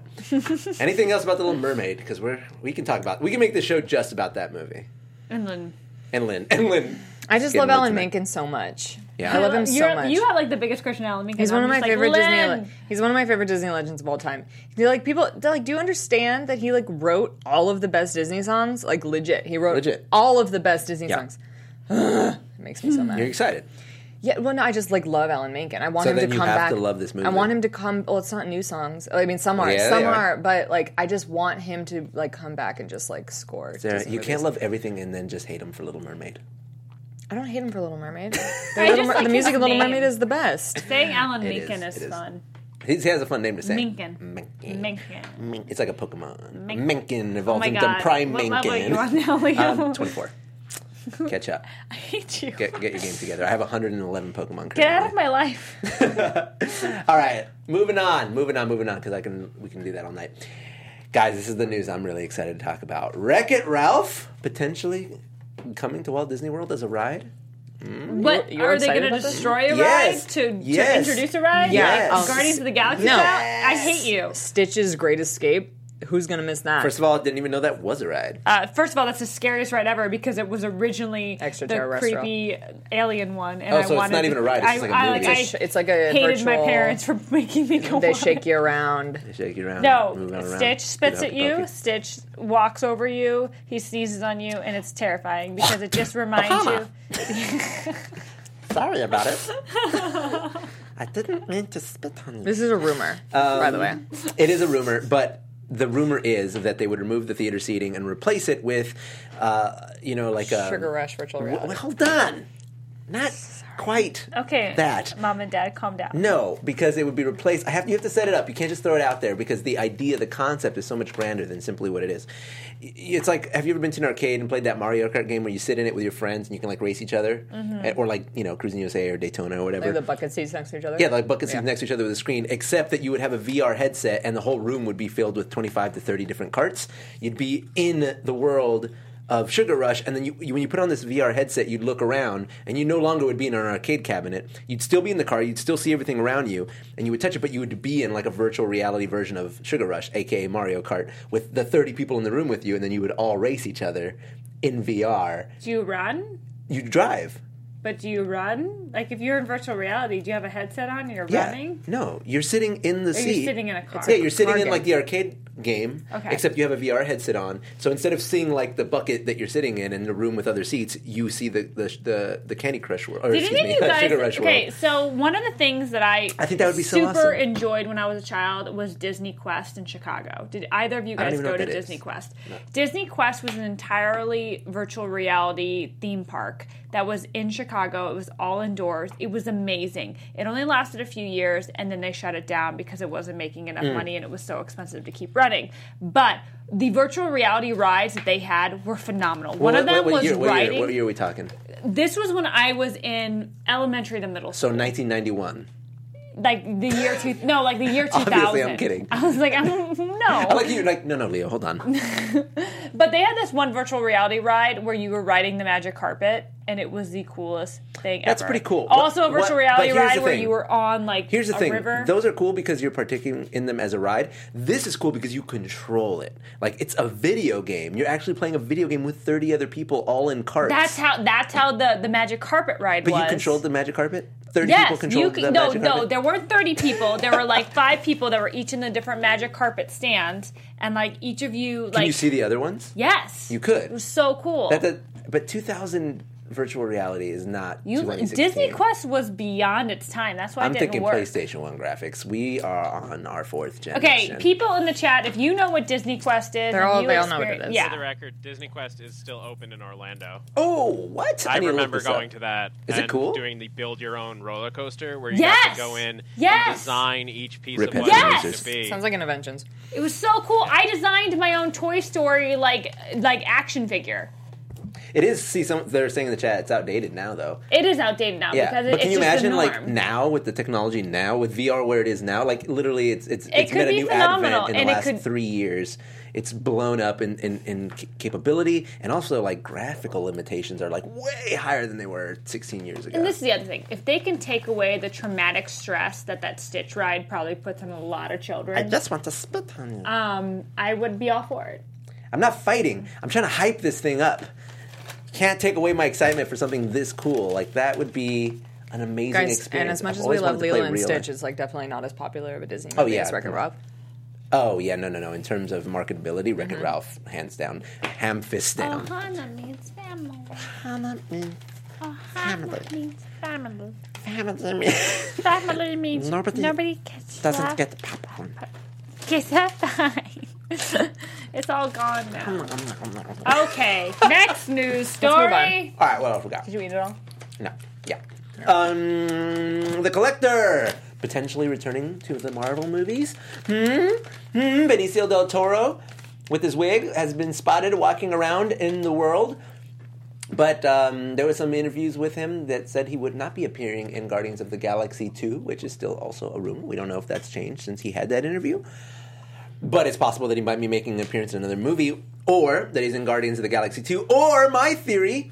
[SPEAKER 1] <laughs> Anything else about the Little Mermaid? Because we're we can talk about we can make the show just about that movie
[SPEAKER 3] And then
[SPEAKER 1] and Lynn and Lynn.
[SPEAKER 4] I just
[SPEAKER 1] Getting
[SPEAKER 4] love
[SPEAKER 1] lit
[SPEAKER 4] Alan
[SPEAKER 1] tonight.
[SPEAKER 4] Menken so much.
[SPEAKER 1] Yeah.
[SPEAKER 4] I love him
[SPEAKER 3] You're-
[SPEAKER 4] so much.
[SPEAKER 3] You have like the biggest crush on Alan Menken.
[SPEAKER 4] He's one of
[SPEAKER 3] I'm
[SPEAKER 4] my
[SPEAKER 3] just like,
[SPEAKER 4] favorite Disney.
[SPEAKER 3] "Lynn!"
[SPEAKER 4] le- he's one of my favorite Disney legends of all time. They're like people, they're like, do you understand that he like wrote all of the best Disney songs? Like legit, he wrote
[SPEAKER 1] Legit.
[SPEAKER 4] all of the best Disney
[SPEAKER 1] Yeah. Hmm.
[SPEAKER 4] songs. <sighs> Ugh, it makes me so mad.
[SPEAKER 1] You're excited.
[SPEAKER 4] Yeah, well, no, I just like love Alan Menken. I want
[SPEAKER 1] So
[SPEAKER 4] him
[SPEAKER 1] then
[SPEAKER 4] to
[SPEAKER 1] you
[SPEAKER 4] come
[SPEAKER 1] have
[SPEAKER 4] back.
[SPEAKER 1] to love this movie. Oh,
[SPEAKER 4] I want him to come. Well, it's not new songs. I mean, some are,
[SPEAKER 1] Yeah,
[SPEAKER 4] some
[SPEAKER 1] they
[SPEAKER 4] are.
[SPEAKER 1] are.
[SPEAKER 4] but like, I just want him to like come back and just like score.
[SPEAKER 1] Sarah,
[SPEAKER 4] Disney
[SPEAKER 1] you can't
[SPEAKER 4] movies.
[SPEAKER 1] love everything and then just hate him for Little Mermaid.
[SPEAKER 4] I don't hate him for
[SPEAKER 3] <laughs>
[SPEAKER 4] Little Mermaid. The,
[SPEAKER 3] I
[SPEAKER 4] Little
[SPEAKER 3] just
[SPEAKER 4] Mer-
[SPEAKER 3] like
[SPEAKER 4] the music
[SPEAKER 3] his
[SPEAKER 4] of Little
[SPEAKER 3] name.
[SPEAKER 4] Mermaid is the best.
[SPEAKER 3] Saying Alan
[SPEAKER 1] It
[SPEAKER 3] Menken
[SPEAKER 1] is,
[SPEAKER 3] is,
[SPEAKER 1] it is.
[SPEAKER 3] fun.
[SPEAKER 1] He's- He has a fun name to say.
[SPEAKER 3] Minkin.
[SPEAKER 1] Minkin.
[SPEAKER 3] Menken.
[SPEAKER 1] Min- It's like a Pokemon.
[SPEAKER 3] Minkin.
[SPEAKER 1] Minkin
[SPEAKER 3] Oh
[SPEAKER 1] evolves
[SPEAKER 3] my
[SPEAKER 1] into
[SPEAKER 3] god.
[SPEAKER 1] Prime
[SPEAKER 3] what level
[SPEAKER 1] Minkin.
[SPEAKER 3] you on now, Leo?
[SPEAKER 1] Um,
[SPEAKER 3] <laughs>
[SPEAKER 1] 24. Catch up.
[SPEAKER 3] I hate you.
[SPEAKER 1] Get, get your game together. I have 111 Pokemon.
[SPEAKER 3] Get out
[SPEAKER 1] currently.
[SPEAKER 3] of my life.
[SPEAKER 1] All right, moving on, moving on, moving on, because I can we can do that all night, guys. This is the news I'm really excited to talk about. Wreck It Ralph potentially coming to Walt Disney World as a ride.
[SPEAKER 3] What
[SPEAKER 4] you're
[SPEAKER 3] are they
[SPEAKER 4] excited
[SPEAKER 3] going to
[SPEAKER 4] about this?
[SPEAKER 3] destroy a
[SPEAKER 1] Yes.
[SPEAKER 3] ride to, to
[SPEAKER 1] Yes.
[SPEAKER 3] introduce a ride?
[SPEAKER 1] Yes.
[SPEAKER 3] Like Guardians of the Galaxy.
[SPEAKER 4] No.
[SPEAKER 3] style? I hate you.
[SPEAKER 4] Stitch's Great Escape. Who's gonna miss that?
[SPEAKER 1] First of all, I didn't even know that was a ride.
[SPEAKER 3] Uh, first of all, that's the scariest ride ever because it was originally the
[SPEAKER 4] Extraterrestrial.
[SPEAKER 3] creepy alien one, and
[SPEAKER 1] Oh,
[SPEAKER 3] I
[SPEAKER 1] so it's
[SPEAKER 3] wanted
[SPEAKER 1] not even
[SPEAKER 3] to-
[SPEAKER 1] a ride, it's just like a movie.
[SPEAKER 3] I,
[SPEAKER 1] It's a
[SPEAKER 4] sh- it's like a
[SPEAKER 3] hated my
[SPEAKER 4] virtual-
[SPEAKER 3] parents for <laughs> making me go.
[SPEAKER 4] they
[SPEAKER 3] on
[SPEAKER 4] shake
[SPEAKER 3] it.
[SPEAKER 4] you around.
[SPEAKER 1] Shake you around.
[SPEAKER 3] No,
[SPEAKER 1] move it around,
[SPEAKER 3] Stitch spits
[SPEAKER 1] do
[SPEAKER 3] at you.
[SPEAKER 1] the hokey-pokey.
[SPEAKER 3] Stitch walks over you. He sneezes on you, and it's terrifying because it just reminds you.
[SPEAKER 1] Sorry about
[SPEAKER 3] <laughs>
[SPEAKER 1] it. I didn't mean to spit on you.
[SPEAKER 4] This is a rumor, by the way.
[SPEAKER 1] It is a rumor, but the rumor is that they would remove the theater seating and replace it with, uh, you know, like a
[SPEAKER 4] Sugar Rush virtual reality.
[SPEAKER 1] Well done. Not quite
[SPEAKER 3] Okay,
[SPEAKER 1] that.
[SPEAKER 3] mom and dad, calm down.
[SPEAKER 1] No, because it would be replaced. I have you have to set it up. You can't just throw it out there because the idea, the concept is so much grander than simply what it is. Y- It's like have you ever been to an arcade and played that Mario Kart game where you sit in it with your friends and you can like race each other, Eh, or like you know Cruising USA or Daytona or whatever.
[SPEAKER 4] Mm-hmm. Like the bucket seats next to each other.
[SPEAKER 1] yeah, like bucket seats
[SPEAKER 4] Yeah.
[SPEAKER 1] next to each other with a screen, except that you would have a VR headset and the whole room would be filled with 25 to 30 different carts. You'd be in the world of Sugar Rush, and then you, you, when you put on this VR headset, you'd look around, and you no longer would be in an arcade cabinet. You'd still be in the car, you'd still see everything around you, and you would touch it, but you would be in like a virtual reality version of Sugar Rush, aka Mario Kart, with the 30 people in the room with you, and then you would all race each other in VR.
[SPEAKER 3] Do you run?
[SPEAKER 1] You drive.
[SPEAKER 3] But do you run? Like if you're in virtual reality, do you have a headset on? and You're running. Oh,
[SPEAKER 1] No, you're sitting in the seat.
[SPEAKER 3] sitting in a car.
[SPEAKER 1] Yeah, you're sitting
[SPEAKER 4] Car
[SPEAKER 1] in like
[SPEAKER 4] game.
[SPEAKER 1] the arcade game,
[SPEAKER 3] Okay.
[SPEAKER 1] except you have a VR headset on. So instead of seeing like the bucket that you're sitting in and the room with other seats, you see the the the, the Candy Crush world. Or,
[SPEAKER 3] Didn't
[SPEAKER 1] excuse me,
[SPEAKER 3] you
[SPEAKER 1] <laughs>
[SPEAKER 3] guys?
[SPEAKER 1] Sugar Rush
[SPEAKER 3] okay,
[SPEAKER 1] world.
[SPEAKER 3] so one of the things that I
[SPEAKER 1] I think that would be so
[SPEAKER 3] super
[SPEAKER 1] awesome.
[SPEAKER 3] enjoyed when I was a child was Disney Quest in Chicago. Did either of you
[SPEAKER 1] don't
[SPEAKER 3] guys
[SPEAKER 1] even know
[SPEAKER 3] go
[SPEAKER 1] what
[SPEAKER 3] to
[SPEAKER 1] that is.
[SPEAKER 3] Disney Quest? Disney Quest was an entirely virtual reality theme park that was in Chicago. It was all indoors. It was amazing. It only lasted a few years and then they shut it down because it wasn't making enough
[SPEAKER 1] Mm.
[SPEAKER 3] money and it was so expensive to keep running. But the virtual reality rides that they had were phenomenal. One
[SPEAKER 1] Well,
[SPEAKER 3] of
[SPEAKER 1] what-
[SPEAKER 3] them
[SPEAKER 1] what
[SPEAKER 3] was
[SPEAKER 1] year, what
[SPEAKER 3] riding.
[SPEAKER 1] Year, what year are we talking?
[SPEAKER 3] This was when I was in elementary to middle
[SPEAKER 1] So
[SPEAKER 3] school.
[SPEAKER 1] 1991.
[SPEAKER 3] like the year two no, like the year two thousand.
[SPEAKER 1] <laughs> Obviously, I'm kidding.
[SPEAKER 3] I was like, I'm, <laughs>
[SPEAKER 1] I
[SPEAKER 3] no.
[SPEAKER 1] like you. Like no, no, Leo,
[SPEAKER 3] <laughs>
[SPEAKER 1] hold on.
[SPEAKER 3] But they had this one virtual reality ride where you were riding the magic carpet, and it was the coolest thing
[SPEAKER 1] That's
[SPEAKER 3] ever.
[SPEAKER 1] pretty cool.
[SPEAKER 3] Also, a
[SPEAKER 1] What- what-
[SPEAKER 3] virtual reality
[SPEAKER 1] but here's
[SPEAKER 3] ride
[SPEAKER 1] the
[SPEAKER 3] where
[SPEAKER 1] thing.
[SPEAKER 3] you were on like
[SPEAKER 1] Here's the
[SPEAKER 3] a
[SPEAKER 1] thing:
[SPEAKER 3] river.
[SPEAKER 1] those are cool because you're partaking in them as a ride. This is cool because you control it. Like it's a video game. You're actually playing a video game with 30 other people, all in carts.
[SPEAKER 3] that's how that's how the the magic carpet ride
[SPEAKER 1] But
[SPEAKER 3] was.
[SPEAKER 1] you controlled the magic carpet. Thirty people
[SPEAKER 3] Yes, you
[SPEAKER 1] controlled the
[SPEAKER 3] can, no,
[SPEAKER 1] magic
[SPEAKER 3] no.
[SPEAKER 1] carpet.
[SPEAKER 3] There weren't thirty people. There were like five people that were each in a different magic carpet stand, and like each of you, like
[SPEAKER 1] Can you see the other ones?
[SPEAKER 3] yes,
[SPEAKER 1] You could.
[SPEAKER 3] It was so cool.
[SPEAKER 1] That, that, but 2000 virtual reality is not.
[SPEAKER 3] You
[SPEAKER 1] 2016.
[SPEAKER 3] Disney Quest was beyond its time. That's why it
[SPEAKER 1] I'm
[SPEAKER 3] didn't
[SPEAKER 1] thinking
[SPEAKER 3] work.
[SPEAKER 1] PlayStation One graphics. We are on our fourth generation.
[SPEAKER 3] Okay, people in the chat, if you know what Disney Quest is,
[SPEAKER 4] They're
[SPEAKER 3] and
[SPEAKER 4] all-
[SPEAKER 3] you
[SPEAKER 4] they all know what it
[SPEAKER 3] experience-
[SPEAKER 4] is.
[SPEAKER 5] For the
[SPEAKER 3] Yeah,
[SPEAKER 5] record, Disney Quest is still open in Orlando.
[SPEAKER 1] Oh, what?
[SPEAKER 5] I,
[SPEAKER 1] need to look
[SPEAKER 5] remember
[SPEAKER 1] this up.
[SPEAKER 5] going to that.
[SPEAKER 1] Is it
[SPEAKER 5] and
[SPEAKER 1] cool?
[SPEAKER 5] Doing the build your own roller coaster where you
[SPEAKER 3] Yes!
[SPEAKER 5] have to go in
[SPEAKER 3] Yes!
[SPEAKER 5] and design each piece
[SPEAKER 1] Rip
[SPEAKER 5] of
[SPEAKER 1] heads
[SPEAKER 5] what it
[SPEAKER 1] and
[SPEAKER 5] needs
[SPEAKER 1] losers.
[SPEAKER 5] to be.
[SPEAKER 4] Sounds like interventions.
[SPEAKER 3] it was so cool. I designed my own Toy Story like like action figure.
[SPEAKER 1] It is. See, some they're saying in the chat it's outdated now, though.
[SPEAKER 3] It is outdated now
[SPEAKER 1] Yeah,
[SPEAKER 3] because it,
[SPEAKER 1] but
[SPEAKER 3] it's
[SPEAKER 1] can you
[SPEAKER 3] just
[SPEAKER 1] imagine
[SPEAKER 3] the
[SPEAKER 1] like
[SPEAKER 3] norm.
[SPEAKER 1] now with the technology now with VR where it is now? Like literally, it's it's it has
[SPEAKER 3] could
[SPEAKER 1] been a
[SPEAKER 3] be
[SPEAKER 1] new
[SPEAKER 3] phenomenal,
[SPEAKER 1] advent in the
[SPEAKER 3] and it
[SPEAKER 1] last
[SPEAKER 3] could-
[SPEAKER 1] three years. It's blown up in in, in ca- capability and also like graphical limitations are like way higher than they were 16 years ago.
[SPEAKER 3] And this is the other thing. If they can take away the traumatic stress that that Stitch ride probably puts on a lot of children,
[SPEAKER 1] I just want to spit on you.
[SPEAKER 3] um, I would be all for it.
[SPEAKER 1] I'm not fighting. I'm trying to hype this thing up. Can't take away my excitement for something this cool. Like that would be an amazing
[SPEAKER 4] Guys,
[SPEAKER 1] experience.
[SPEAKER 4] and as much
[SPEAKER 1] I've
[SPEAKER 4] as we
[SPEAKER 1] always
[SPEAKER 4] love
[SPEAKER 1] wanted to play
[SPEAKER 4] Lilo and
[SPEAKER 1] real-
[SPEAKER 4] Stitch, it's like definitely not as popular of a Disney movie
[SPEAKER 1] yeah.
[SPEAKER 4] as Wreck-It Ralph.
[SPEAKER 1] Oh yeah, no, no, no. In terms of marketability, Wreck-It
[SPEAKER 3] Mm-hmm.
[SPEAKER 1] Ralph, hands down, ham fist
[SPEAKER 3] Oh,
[SPEAKER 1] down.
[SPEAKER 3] Ohana means family.
[SPEAKER 1] Family.
[SPEAKER 3] means family.
[SPEAKER 1] Family.
[SPEAKER 3] Family means
[SPEAKER 1] Nobody nobody <laughs>
[SPEAKER 3] gets
[SPEAKER 1] Doesn't get the popcorn.
[SPEAKER 3] it's all gone now. Okay, next news
[SPEAKER 4] on.
[SPEAKER 3] story.
[SPEAKER 1] All right, what else we got?
[SPEAKER 3] Did you eat it all?
[SPEAKER 1] No, yeah. Um, the Collector potentially returning to the Marvel movies. Hmm. Hmm. Benicio del Toro, with his wig, has been spotted walking around in the world. But um, there were some interviews with him that said he would not be appearing in Guardians of the Galaxy 2, which is still also a rumor. We don't know if that's changed since he had that interview. But it's possible that he might be making an appearance in another movie, or that he's in Guardians of the Galaxy 2, or my theory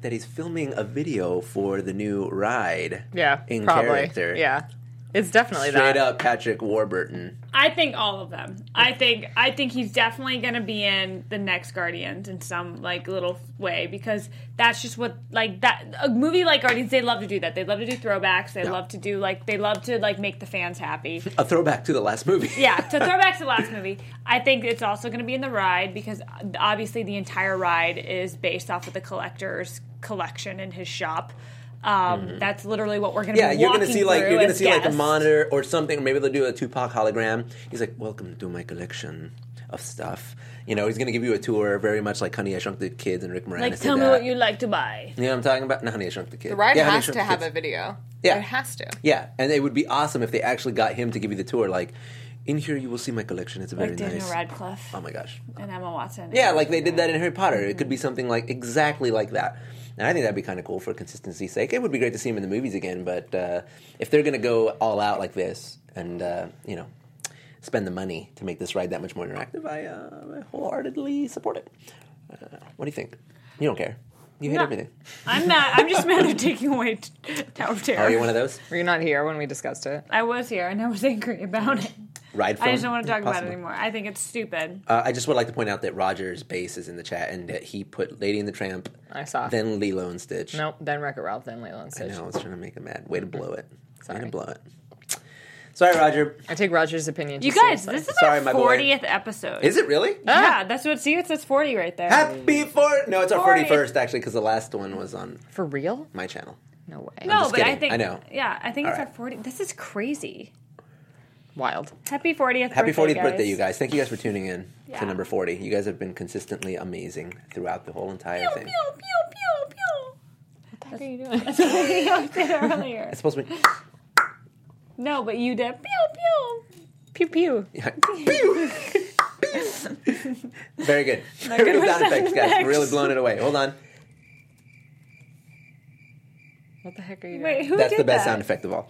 [SPEAKER 1] that he's filming a video for the new ride.
[SPEAKER 4] Yeah,
[SPEAKER 1] in
[SPEAKER 4] probably.
[SPEAKER 1] character.
[SPEAKER 4] Yeah, it's definitely
[SPEAKER 1] Straight
[SPEAKER 4] that.
[SPEAKER 1] up Patrick Warburton.
[SPEAKER 3] I think all of them. I think I think he's definitely going to be in the next Guardians in some like little way because that's just what like that a movie like Guardians they love to do that. They love to do throwbacks. They love to do like they love to like make the fans happy.
[SPEAKER 1] A throwback to the last movie.
[SPEAKER 3] yeah, to throw back to the last movie, I think it's also going to be in the ride because obviously the entire ride is based off of the collector's collection in his shop. Um, That's literally what we're going to
[SPEAKER 1] Mm-hmm. Yeah,
[SPEAKER 3] be.
[SPEAKER 1] you're gonna
[SPEAKER 3] walking
[SPEAKER 1] see like
[SPEAKER 3] through
[SPEAKER 1] you're gonna
[SPEAKER 3] as
[SPEAKER 1] see like a
[SPEAKER 3] guests.
[SPEAKER 1] monitor or something, or maybe they'll do a Tupac hologram. He's like, "Welcome to my collection of stuff." You know, he's gonna give you a tour, very much like Honey I Shrunk the Kids and Rick Moranis.
[SPEAKER 3] Like,
[SPEAKER 1] did
[SPEAKER 3] tell me
[SPEAKER 1] that.
[SPEAKER 3] what you like to buy.
[SPEAKER 1] You know what I'm talking about? Not Honey I Shrunk the Kids.
[SPEAKER 4] The ride
[SPEAKER 1] yeah, Honey, I
[SPEAKER 4] has
[SPEAKER 1] Shrunk
[SPEAKER 4] to
[SPEAKER 1] the
[SPEAKER 4] have
[SPEAKER 1] Kids.
[SPEAKER 4] a video.
[SPEAKER 1] Yeah.
[SPEAKER 4] it has to.
[SPEAKER 1] Yeah, and it would be awesome if they actually got him to give you the tour. Like, in here you will see my collection. It's very
[SPEAKER 3] Like
[SPEAKER 1] nice.
[SPEAKER 3] Daniel Radcliffe
[SPEAKER 1] Oh my gosh.
[SPEAKER 3] and Emma Watson.
[SPEAKER 1] Yeah, like they did that in Harry Potter. It could be
[SPEAKER 3] Mm-hmm.
[SPEAKER 1] something like exactly like that. And I think that'd be kind of cool for consistency's sake. It would be great to see him in the movies again, but uh, if they're going to go all out like this and, uh, you know, spend the money to make this ride that much more interactive, I uh, wholeheartedly support it. Uh, what do you think? You don't care. You hate
[SPEAKER 3] No.
[SPEAKER 1] everything.
[SPEAKER 3] I'm not. I'm just mad they're taking away t- Tower of Terror.
[SPEAKER 1] Are you Oh, one of those?
[SPEAKER 4] Were you not here when we discussed it?
[SPEAKER 3] I was here and I was angry about it.
[SPEAKER 1] Ride
[SPEAKER 3] <laughs> I
[SPEAKER 1] film?
[SPEAKER 3] just don't want to talk about
[SPEAKER 1] Impossible.
[SPEAKER 3] it anymore. I think it's stupid.
[SPEAKER 1] Uh, I just would like to point out that Roger's base is in the chat and that he put Lady in the Tramp,
[SPEAKER 4] I saw.
[SPEAKER 1] then Lilo and Stitch.
[SPEAKER 4] nope. Then Wreck-It Ralph. Then Lilo and
[SPEAKER 1] I
[SPEAKER 4] Stitch.
[SPEAKER 1] know, I was trying to make him mad. Way to blow it. Way
[SPEAKER 4] Sorry.
[SPEAKER 1] to blow it. Sorry, Roger.
[SPEAKER 4] I take Roger's opinion.
[SPEAKER 3] You
[SPEAKER 4] too
[SPEAKER 3] guys,
[SPEAKER 4] seriously.
[SPEAKER 3] this is
[SPEAKER 1] Sorry, my
[SPEAKER 3] our
[SPEAKER 1] boy.
[SPEAKER 3] fortieth episode.
[SPEAKER 1] Is it really?
[SPEAKER 3] Yeah, that's what. See, it says forty right there.
[SPEAKER 1] Happy for no, it's our
[SPEAKER 3] Forty.
[SPEAKER 1] forty first actually because the last one was on
[SPEAKER 4] for real?
[SPEAKER 1] my channel.
[SPEAKER 4] No way.
[SPEAKER 3] no,
[SPEAKER 1] just
[SPEAKER 3] but I
[SPEAKER 1] kidding.
[SPEAKER 3] think
[SPEAKER 1] I know.
[SPEAKER 3] Yeah, I think
[SPEAKER 1] All
[SPEAKER 3] it's
[SPEAKER 1] right.
[SPEAKER 3] our forty. This is crazy.
[SPEAKER 4] Wild.
[SPEAKER 3] Happy fortieth.
[SPEAKER 1] Happy
[SPEAKER 3] fortieth
[SPEAKER 1] fortieth birthday, you guys! Thank you guys for tuning in
[SPEAKER 3] Yeah.
[SPEAKER 1] to number forty. You guys have been consistently amazing throughout the whole entire
[SPEAKER 3] Pew pew
[SPEAKER 1] thing.
[SPEAKER 3] pew pew pew.
[SPEAKER 4] What are
[SPEAKER 3] <laughs>
[SPEAKER 4] you doing?
[SPEAKER 3] I did earlier.
[SPEAKER 1] <laughs> It's supposed
[SPEAKER 3] <laughs>
[SPEAKER 1] to be.
[SPEAKER 3] No, but you did. Pew pew. Pew pew.
[SPEAKER 1] Pew! Very
[SPEAKER 3] <laughs>
[SPEAKER 1] good. Very good <laughs> sound effects, guys. Really blowing it away. Hold on.
[SPEAKER 4] What the heck are you doing?
[SPEAKER 3] Wait, who
[SPEAKER 1] That's
[SPEAKER 3] did
[SPEAKER 1] the best
[SPEAKER 3] that?
[SPEAKER 1] sound effect of all.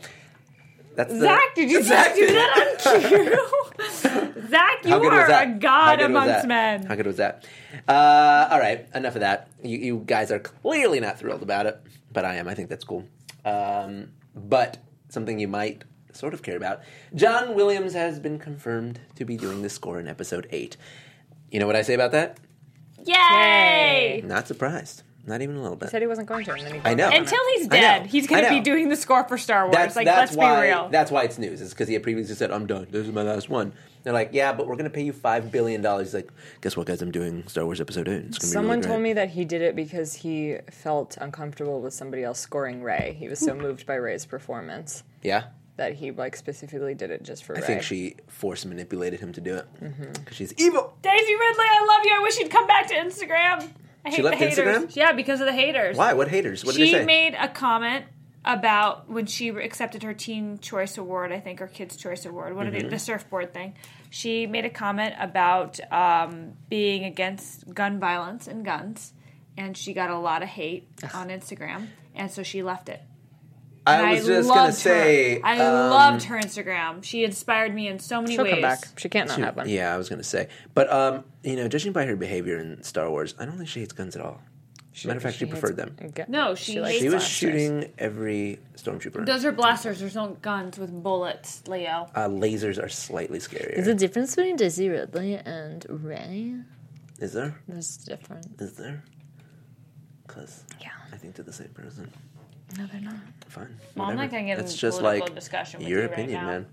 [SPEAKER 1] That's the,
[SPEAKER 3] Zach, did you
[SPEAKER 1] Zach
[SPEAKER 3] just do
[SPEAKER 1] did it.
[SPEAKER 3] that
[SPEAKER 1] <laughs>
[SPEAKER 3] on cue? Zach, you are a
[SPEAKER 1] How
[SPEAKER 3] god
[SPEAKER 1] good was that?
[SPEAKER 3] amongst men.
[SPEAKER 1] How good was that? Uh, all right, enough of that. You, you guys are clearly not thrilled about it, but I am. I think that's cool. Um, but something you might sort of care about John Williams has been confirmed to be doing the score in episode 8. You know what I say about that?
[SPEAKER 3] Yay!
[SPEAKER 1] Not surprised. Not even a little bit.
[SPEAKER 4] Said he wasn't going to. And then he
[SPEAKER 1] I know.
[SPEAKER 4] back on
[SPEAKER 3] Until
[SPEAKER 4] it.
[SPEAKER 3] he's
[SPEAKER 1] I know.
[SPEAKER 3] dead, he's going
[SPEAKER 1] I
[SPEAKER 3] to be
[SPEAKER 1] know.
[SPEAKER 3] doing the score for Star Wars. like, let's
[SPEAKER 1] why,
[SPEAKER 3] be real.
[SPEAKER 1] That's why it's news. It's because he had previously said, "I'm done. This is my last one." They're like, "Yeah, but we're gonna pay you five billion dollars." He's like, "Guess what, guys? I'm doing Star Wars Episode Eight. It's gonna
[SPEAKER 4] Someone
[SPEAKER 1] be really
[SPEAKER 4] told
[SPEAKER 1] great."
[SPEAKER 4] me that he did it because he felt uncomfortable with somebody else scoring Ray. He was so moved by Ray's performance
[SPEAKER 1] Yeah,
[SPEAKER 4] that he like specifically did it just for
[SPEAKER 1] I
[SPEAKER 4] Ray.
[SPEAKER 1] think she force manipulated him to do it because
[SPEAKER 3] Mm-hmm.
[SPEAKER 1] she's evil.
[SPEAKER 3] Daisy Ridley, I love you. I wish you'd come back to Instagram. I hate
[SPEAKER 1] left
[SPEAKER 3] the haters.
[SPEAKER 1] Instagram?
[SPEAKER 3] Yeah, because of the haters.
[SPEAKER 1] Why? What haters? What did they
[SPEAKER 3] She
[SPEAKER 1] say?
[SPEAKER 3] made a comment about when she accepted her Teen Choice Award, I think, or Kids Choice Award, what are
[SPEAKER 1] Mm-hmm.
[SPEAKER 3] they, the surfboard thing. She made a comment about um, being against gun violence and guns. and she got a lot of hate on Instagram, and so she left it. And
[SPEAKER 1] I was just gonna
[SPEAKER 3] loved
[SPEAKER 1] say.
[SPEAKER 3] her. I
[SPEAKER 1] um,
[SPEAKER 3] loved her Instagram. She inspired me in so many
[SPEAKER 4] She'll
[SPEAKER 3] ways.
[SPEAKER 4] come back. She can't not have one.
[SPEAKER 1] Yeah, I was gonna say, but um, you know, judging by her behavior in Star Wars, I don't think she hates guns at all. Matter of fact, she, preferred them.
[SPEAKER 4] Ga-
[SPEAKER 3] No, she
[SPEAKER 4] likes
[SPEAKER 3] hates
[SPEAKER 1] She was
[SPEAKER 4] monsters.
[SPEAKER 1] shooting every stormtrooper.
[SPEAKER 3] Those are blasters. There's no guns with bullets, Leo.
[SPEAKER 1] uh, lasers are slightly scarier.
[SPEAKER 4] The difference between Daisy Ridley and Ray,
[SPEAKER 1] Is there?
[SPEAKER 4] there's different.
[SPEAKER 1] Is there? Because
[SPEAKER 4] Yeah.
[SPEAKER 1] I think they're the same person.
[SPEAKER 4] No, they're not.
[SPEAKER 1] Fine.
[SPEAKER 3] Well, I'm not
[SPEAKER 1] whatever.
[SPEAKER 3] gonna get
[SPEAKER 1] That's
[SPEAKER 3] in
[SPEAKER 1] just
[SPEAKER 3] political
[SPEAKER 1] like
[SPEAKER 3] discussion with
[SPEAKER 1] your
[SPEAKER 3] you right
[SPEAKER 1] opinion,
[SPEAKER 3] now.
[SPEAKER 1] man.